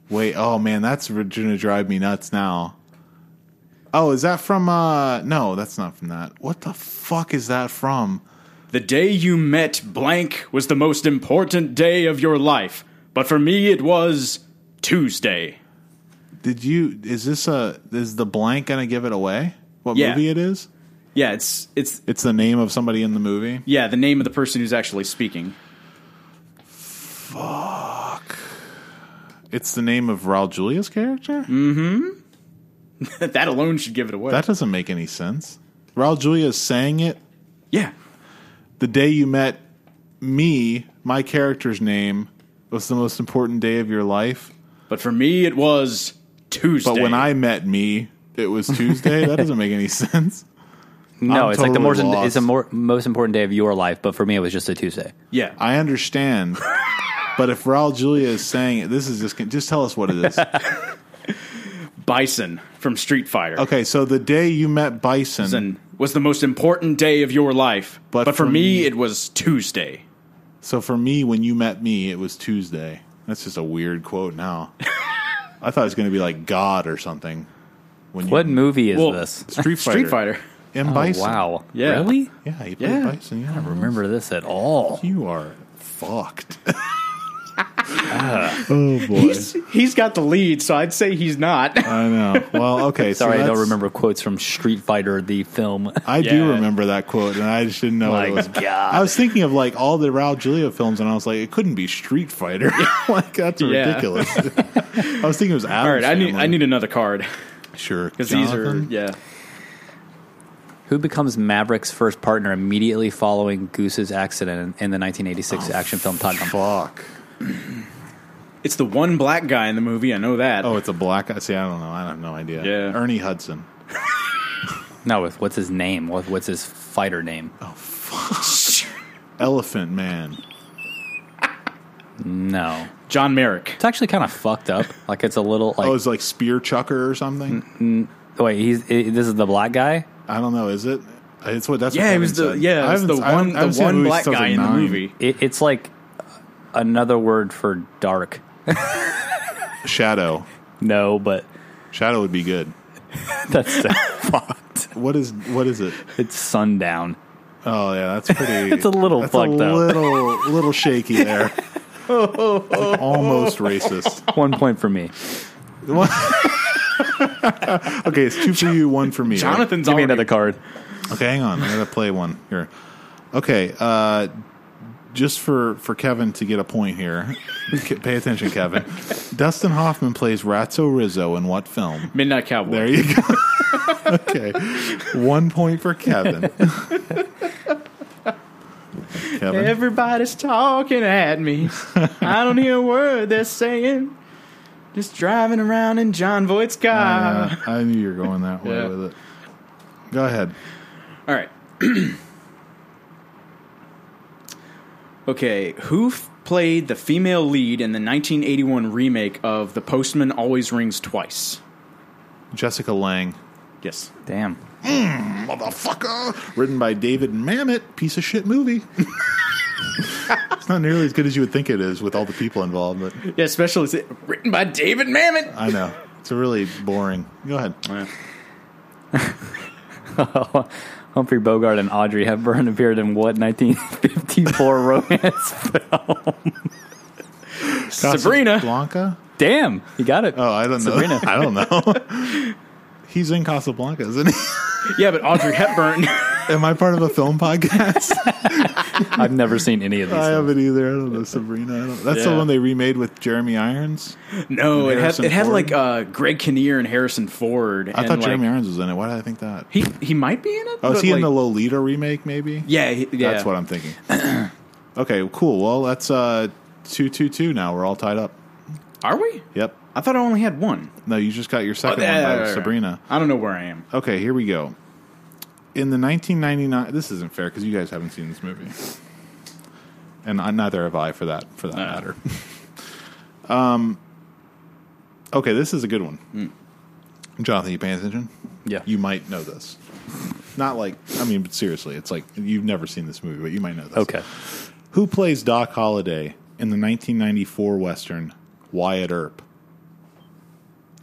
A: Wait, oh man, that's going to drive me nuts now. Oh, is that from uh no, that's not from that. What the fuck is that from?
B: The day you met blank was the most important day of your life, but for me it was Tuesday.
A: Did you? Is this a? Is the blank gonna give it away? What
B: Yeah.
A: movie it is?
B: Yeah, it's it's
A: It's the name of somebody in the movie.
B: yeah, the name of the person who's actually speaking.
A: It's the name of Raul Julia's character.
B: that alone should give it away.
A: That doesn't make any sense. Raul Julia sang it
B: yeah.
A: the day you met me. My character's name was the most important day of your life.
B: But for me it was Tuesday.
A: But when I met me, it was Tuesday. that doesn't make any sense.
C: No,
A: I'm
C: it's like the
A: totally
C: most.
A: lost.
C: It's the more, most important day of your life, but for me, it was just a Tuesday.
B: Yeah.
A: I understand. But if Raul Julia is saying it, this is just just tell us what it is.
B: Bison from Street Fighter.
A: Okay, so the day you met Bison,
B: Bison was the most important day of your life, but,
A: But
B: for,
A: for
B: me,
A: me-
B: it was Tuesday.
A: So for me, when you met me, it was Tuesday. That's just a weird quote now. I thought it was going to be like God or something. When you,
C: What movie is
B: Well,
C: this?
A: Street Fighter.
B: Street Fighter.
A: M.
C: Oh,
A: Bison.
C: wow.
B: Yeah.
C: Really?
A: Yeah, he played
B: Yeah.
A: Bison. Yeah, I
C: Remember this at all?
A: You are fucked.
C: Ah.
A: oh, boy.
B: He's he's got the lead, so I'd say he's not.
A: I know. Well, okay. so
C: Sorry, I don't
A: that's-
C: remember quotes from Street Fighter the film.
A: I
B: Yeah.
A: do remember that quote, and I just didn't know what
C: My
A: it was.
C: God.
A: I was thinking of like all the Raul Julia films, and I was like, it couldn't be Street Fighter. like that's
B: Yeah.
A: ridiculous. I was thinking it was.
B: All right, I need I need another card
A: Sure.
B: because these are
A: Jonathan?
B: yeah.
C: Who becomes Maverick's first partner immediately following Goose's accident in the 1986 action film Tottenham?
A: Oh, Fuck.
B: It's the one black guy in the movie. I know that.
A: Oh, it's a black guy. See, I don't know. I have no idea.
B: Yeah.
A: Ernie Hudson.
C: No, with what's his name? What, what's his fighter name?
A: Oh. Elephant Man.
C: No,
B: John Merrick.
C: it's actually kind of fucked up. Like it's a little like
A: Oh, it's like
B: Mm.
A: Spear Chucker or something.
C: wait, he's i this is the black guy.
A: I don't know. Is it? It's what that's what
B: Yeah, it
A: Kevin
B: was the
A: said. I
B: yeah, it was
A: haven't-
B: the
A: I haven't-
B: one
A: I haven't
B: the
A: seen
B: one
A: movie
B: black
A: since I
B: guy
A: was
B: in the
A: nine.
B: movie.
C: It, it's like another word for dark.
A: Shadow.
C: No, but
A: Shadow would be good.
C: that's so fucked.
A: What is what is it?
C: It's sundown.
A: Oh yeah, that's pretty.
C: It's a little
A: that's
C: fucked
A: a
C: up. Oh.
A: Little little shaky there. It's like almost racist.
C: One point for me.
A: Okay, it's two for you, one for me. right?
B: Jonathan's
C: Give me
B: already
C: another card.
A: Okay, hang on. I gotta play one here. Okay, uh, just for for Kevin to get a point here. K- Pay attention, Kevin. Dustin Hoffman plays Ratso Rizzo in what film?
B: Midnight Cowboy.
A: There you go. okay, one point for Kevin. Kevin,
B: Everybody's talking at me. I don't hear a word they're saying. Just driving around in John Voight's car.
A: Uh, I knew you were going that way
B: Yeah.
A: with it. Go ahead.
B: All right. okay, who f- played the female lead in the 1981 remake of The Postman Always Rings Twice?
A: Jessica Lang.
B: Yes.
C: Damn.
A: motherfucker, written by David Mamet, piece of shit movie. it's not nearly as good as you would think it is with all the people involved, but
B: Yeah, especially is it written by David Mamet.
A: I know. It's a really boring. Go ahead.
C: Humphrey Bogart and Audrey Hepburn appeared in what 1954 romance film?
B: Sabrina.
A: Casablanca?
C: Damn, you got it.
A: Oh, I don't know.
C: Sabrina.
A: I don't know. He's in Casablanca, isn't he?
B: Yeah, but Audrey Hepburn.
A: Am I part of a film podcast?
C: I've never seen any of these.
A: I haven't either. I don't know. Sabrina. I don't, that's the
B: Yeah.
A: one they remade with Jeremy Irons.
B: no, it had,
A: Harrison
B: it had
A: Ford.
B: like uh, Greg Kinnear and Harrison Ford.
A: I
B: and
A: thought
B: like,
A: Jeremy Irons was in it. Why did I think that?
B: He he might be in it.
A: Oh, is
B: but,
A: he in
B: like-
A: the Lolita remake, maybe?
B: Yeah, he, yeah.
A: That's what I'm thinking. okay, well, cool. Well, that's uh, two, two, two. Now we're all tied up.
B: Are we?
A: Yep.
B: I thought I only had one.
A: No, you just got your
B: Oh,
A: second
B: yeah,
A: one
B: yeah,
A: by
B: yeah, yeah.
A: Sabrina.
B: I don't know where I am.
A: Okay, here we go. In the 1999, this isn't fair because you guys haven't seen this movie, and I, neither have I for that for that
B: Uh.
A: matter. um, okay, this is a good one. Jonathan, you paying attention?
C: Yeah.
A: you might know this. Not like I mean, but seriously, it's like you've never seen this movie, but you might know this.
C: okay.
A: Who plays Doc Holliday in the 1994 Western Wyatt Earp?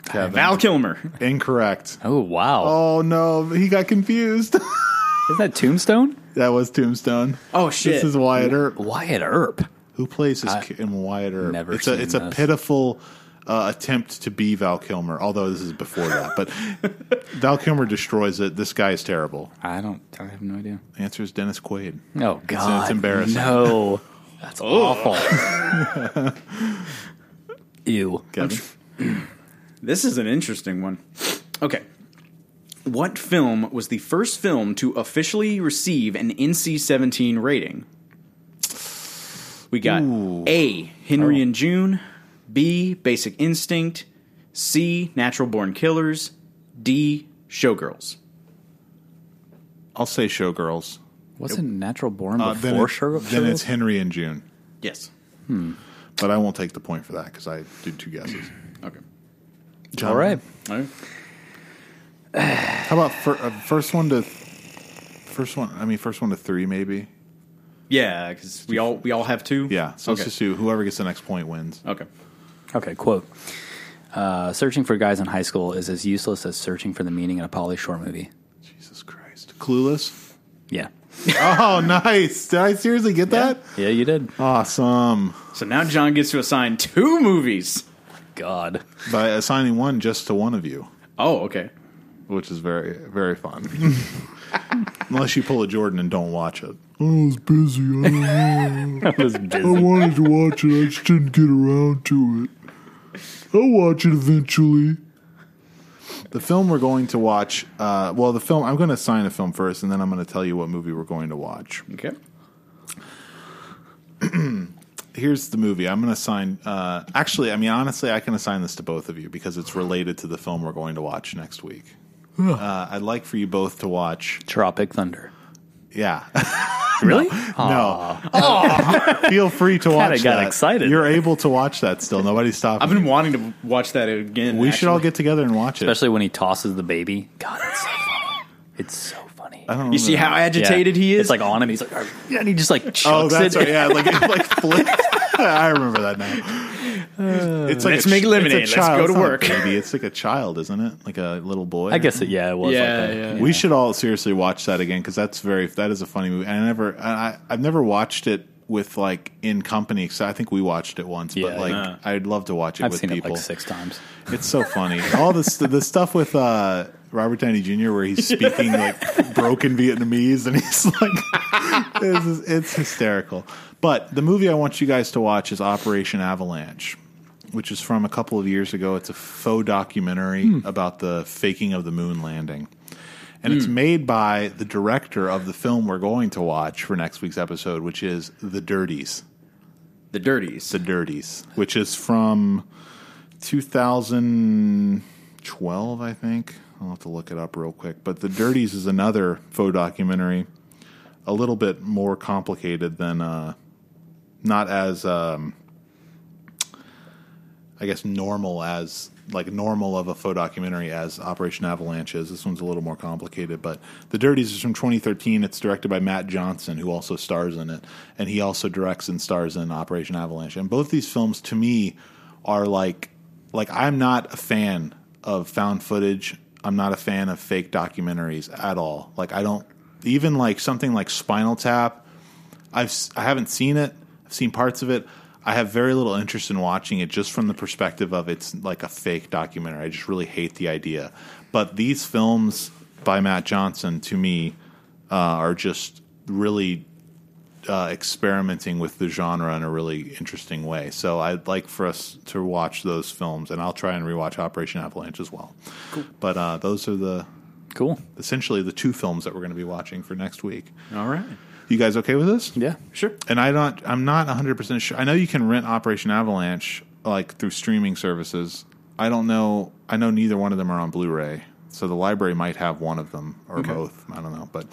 A: Kevin.
B: Val Kilmer.
A: Incorrect.
C: Oh wow.
A: Oh no, he got confused.
C: Isn't that Tombstone?
A: that was Tombstone.
B: Oh shit.
A: This is Wyatt Earp.
C: Wyatt Earp.
A: Who plays this ki- in Wyatt Earp?
C: never
A: it's
C: seen
A: a it's a
C: this.
A: pitiful uh, attempt to be Val Kilmer. Although this is before that, but Val Kilmer destroys it. This guy is terrible.
C: I don't. I have no idea.
A: The answer is Dennis Quaid.
C: Oh god.
A: embarrassing.
C: No. That's awful. Ew.
A: Kevin.
B: This is an interesting one. Okay. What film was the first film to officially receive an NC 17 rating? We got A.
A: Oh.
B: Henry and June, B. Basic Instinct, C. Natural Born Killers, D. Showgirls.
A: I'll say Showgirls.
C: Wasn't Natural Born
A: Uh, then,
C: before
A: it-
C: Sugar?
A: then it's Henry and June.
B: Yes.
A: But I won't take the point for that because I did two guesses.
B: Okay.
A: John,
C: all right.
B: All right.
A: How about fir- uh, first one to first one? I mean, first one to three, maybe.
B: Yeah, because we all we all have two.
A: Yeah. So
B: okay.
A: let's just do whoever gets the next point wins.
B: okay.
C: Okay, quote. Uh, searching for guys in high school is as useless as searching for the meaning in a Polly Shore movie.
A: Jesus Christ. Clueless.
C: Yeah.
A: oh, nice. Did I seriously get that?
C: Yeah, you did.
A: Awesome.
B: So now John gets to assign two movies.
C: God.
A: By assigning one just to one of you,
B: Oh, okay.
A: which is very very fun. Unless you pull a Jordan and don't watch it. I was busy. I, wanted to watch it. I just didn't get around to it. I'll watch it eventually. The film we're going to watch, uh, well, the film, I'm going to assign a film first, and then I'm going to tell you what movie we're going to watch.
B: Okay.
A: here's the movie. I'm going to assign. Uh, actually, I mean, honestly, I can assign this to both of you because it's related to the film we're going to watch next week. Uh, I'd like for you both to watch.
C: Tropic Thunder.
A: Yeah,
C: Really? Oh,
A: no. Feel free to watch.
C: got
A: that.
C: excited.
A: You're able to watch that still. Nobody's stopping.
B: I've been
A: you.
B: wanting to watch that again.
A: we should all
B: actually.
A: get together and watch it.
C: Especially when he tosses the baby. God, it's so funny. It's so funny.
A: I don't.
B: You see
A: remember.
B: how agitated he is?
C: It's like on him. He's like, "Argh," and he just like chucks
A: Oh, that's
C: it.
A: right. Yeah, like it like flipped. I remember that now. It's like
B: Uh, Let's make
A: ch-
B: lemonade.
A: it's a
B: Let's
A: child.
B: go
A: It's
B: to
A: not a
B: work.
A: baby. It's like a child, isn't it? Like a little boy.
C: I guess it, yeah, it was.
B: Yeah,
C: like that.
B: yeah.
A: We should all seriously watch that again because that's very that is a funny movie. And I never and I I've never watched it with like in company. So I think we watched it once, but
C: Yeah.
A: like
B: Uh.
A: I'd love to watch it
C: I've
A: with
C: seen
A: people.
C: it like six times.
A: It's so funny. All this the stuff with uh, Robert Downey Jr. where he's speaking like broken Vietnamese and he's like, it's, it's hysterical. But the movie I want you guys to watch is Operation Avalanche, which is from a couple of years ago. It's a faux documentary about the faking of the moon landing. And it's made by the director of the film we're going to watch for next week's episode, which is The Dirties.
B: the dirties.
A: The Dirties, which is from 2012, I think. I'll have to look it up real quick. But The Dirties is another faux documentary, a little bit more complicated than, uh, not as, um, I guess, normal as, like, normal of a faux documentary as Operation Avalanche is. This one's a little more complicated. But The Dirties is from 2013. It's directed by Matt Johnson, who also stars in it. And he also directs and stars in Operation Avalanche. And both these films, to me, are like like I'm not a fan of found footage. I'm not a fan of fake documentaries at all. Like I don't even like something like Spinal Tap. I've s- I haven't seen it. I've seen parts of it. I have very little interest in watching it just from the perspective of it's like a fake documentary. I just really hate the idea. But these films by Matt Johnson to me uh, are just really uh, experimenting with the genre in a really interesting way. So I'd like for us to watch those films, and I'll try and rewatch Operation Avalanche as well. But uh, those are the
C: Cool.
A: essentially the two films that we're going to be watching for next week.
B: All right.
A: You guys okay with this?
C: Yeah.
B: Sure.
A: And I don't. I'm not 100 percent sure. I know you can rent Operation Avalanche like through streaming services. I don't know. I know neither one of them are on Blu-ray, so the library might have one of them or both. I don't know, but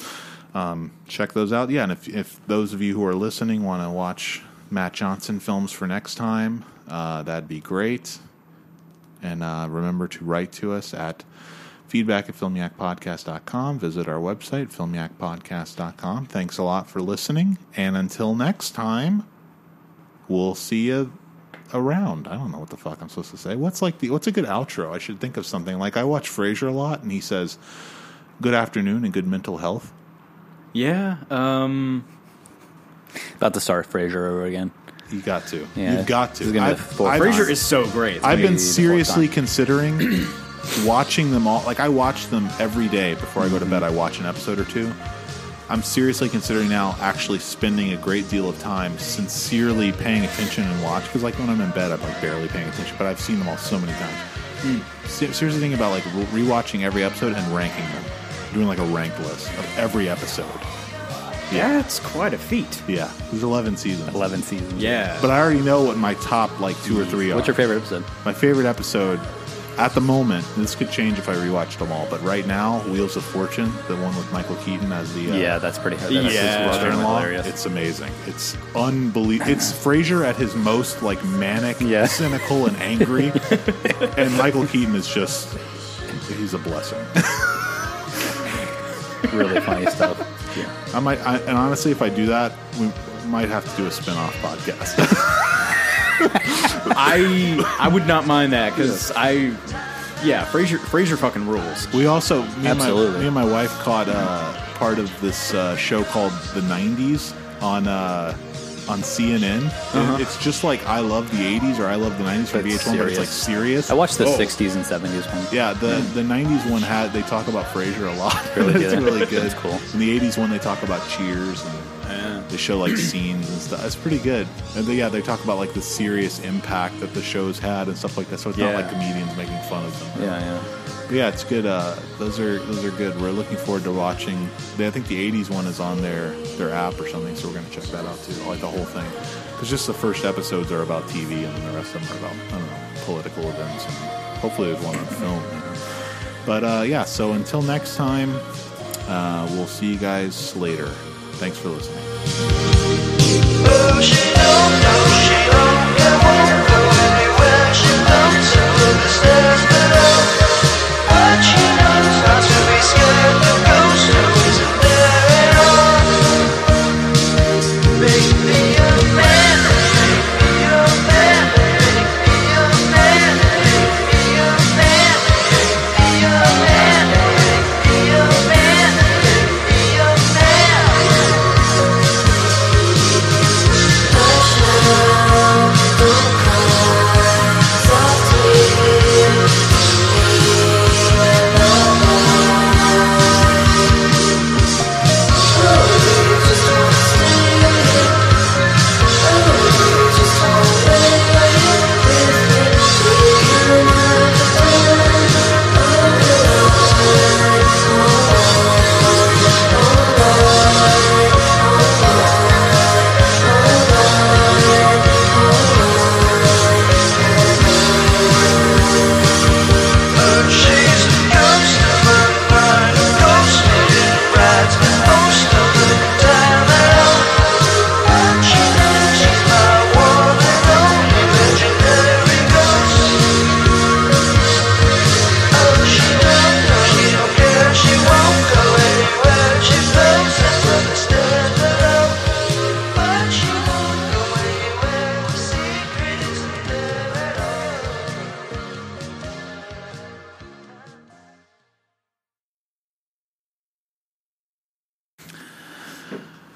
A: um, check those out. Yeah, and if if those of you who are listening want to watch Matt Johnson films for next time, uh, that'd be great. And uh, remember to write to us at feedback at filmyakpodcast.com. Visit our website, filmyakpodcast.com. Thanks a lot for listening. And until next time, we'll see you around. I don't know what the fuck I'm supposed to say. What's like the what's a good outro? I should think of something. Like I watch Frasier a lot and he says, Good afternoon and good mental health.
B: Yeah. Um.
C: About to start Frasier over again.
A: You got to.
C: Yeah.
A: You've got
C: This
A: to.
C: is gonna be
A: I've-
C: the fourth
A: I've-
C: time.
B: Frasier is so great.
A: I've
C: Maybe
A: been
C: the fourth
A: seriously considering watching them all. Like I watch them every day before I go to bed. I watch an episode or two. I'm seriously considering now actually spending a great deal of time sincerely paying attention and watch because like when I'm in bed, I'm like barely paying attention. But I've seen them all so many times.
C: Hmm.
A: Se- Seriously, thinking about like re- rewatching every episode and ranking them, doing like a rank list of every episode.
B: yeah, it's quite a feat.
A: Yeah, there's 11 seasons.
C: 11 seasons.
B: Yeah.
A: But I already know what my top like two or three are.
C: Hmm. What's your favorite episode?
A: My favorite episode at the moment, this could change if I rewatched them all, but right now, Wheels of Fortune, the one with Michael Keaton as the uh,
C: Yeah, that's pretty that's
B: Yeah.
C: extremely
B: that's
A: brother-in-law,
C: hilarious.
A: it's amazing. It's unbelievable. It's Frasier at his most like manic,
C: Yeah.
A: cynical, and angry, and Michael Keaton is just he's a blessing.
C: really funny stuff. Yeah.
A: I might, I, and honestly, if I do that, we might have to do a spin-off podcast.
B: I I would not mind that because I yeah Frasier Frasier fucking rules.
A: We also, me, and my,
C: Absolutely.
A: me and my wife caught uh, part of this uh, show called The 90s on uh, on CNN. And
C: Uh-huh.
A: It's just like I Love the 80s or I Love the 90s for
C: But
A: VH1,
C: it's
A: but it's like
C: serious.
A: serious.
C: I watched the
A: Oh.
C: 60s and 70s one.
A: Yeah, the, the 90s one had, they talk about Frasier a lot.
C: Really
A: it's
C: good.
A: really good.
C: That's cool.
A: And the 80s one, they talk about Cheers and they show like scenes and stuff. It's pretty good. And they, yeah, they talk about like the serious impact that the shows had and stuff like that. So it's not
B: Yeah.
A: like comedians making fun of them.
C: Yeah, yeah.
A: Yeah, it's good. Uh, those are those are good. We're looking forward to watching. They, I think the '80s one is on their their app or something, so we're gonna check that out too. Like the whole thing, because just the first episodes are about TV, and then the rest of them are about I don't know political events. And hopefully, there's one on film. you know. But uh, yeah, so until next time, uh, we'll see you guys later. Thanks for listening.
D: But she knows not to be scared of ghosts, so isn't there?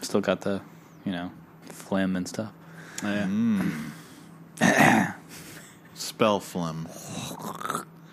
C: still got the, you know, phlegm and stuff.
B: Oh, yeah.
A: Spell phlegm.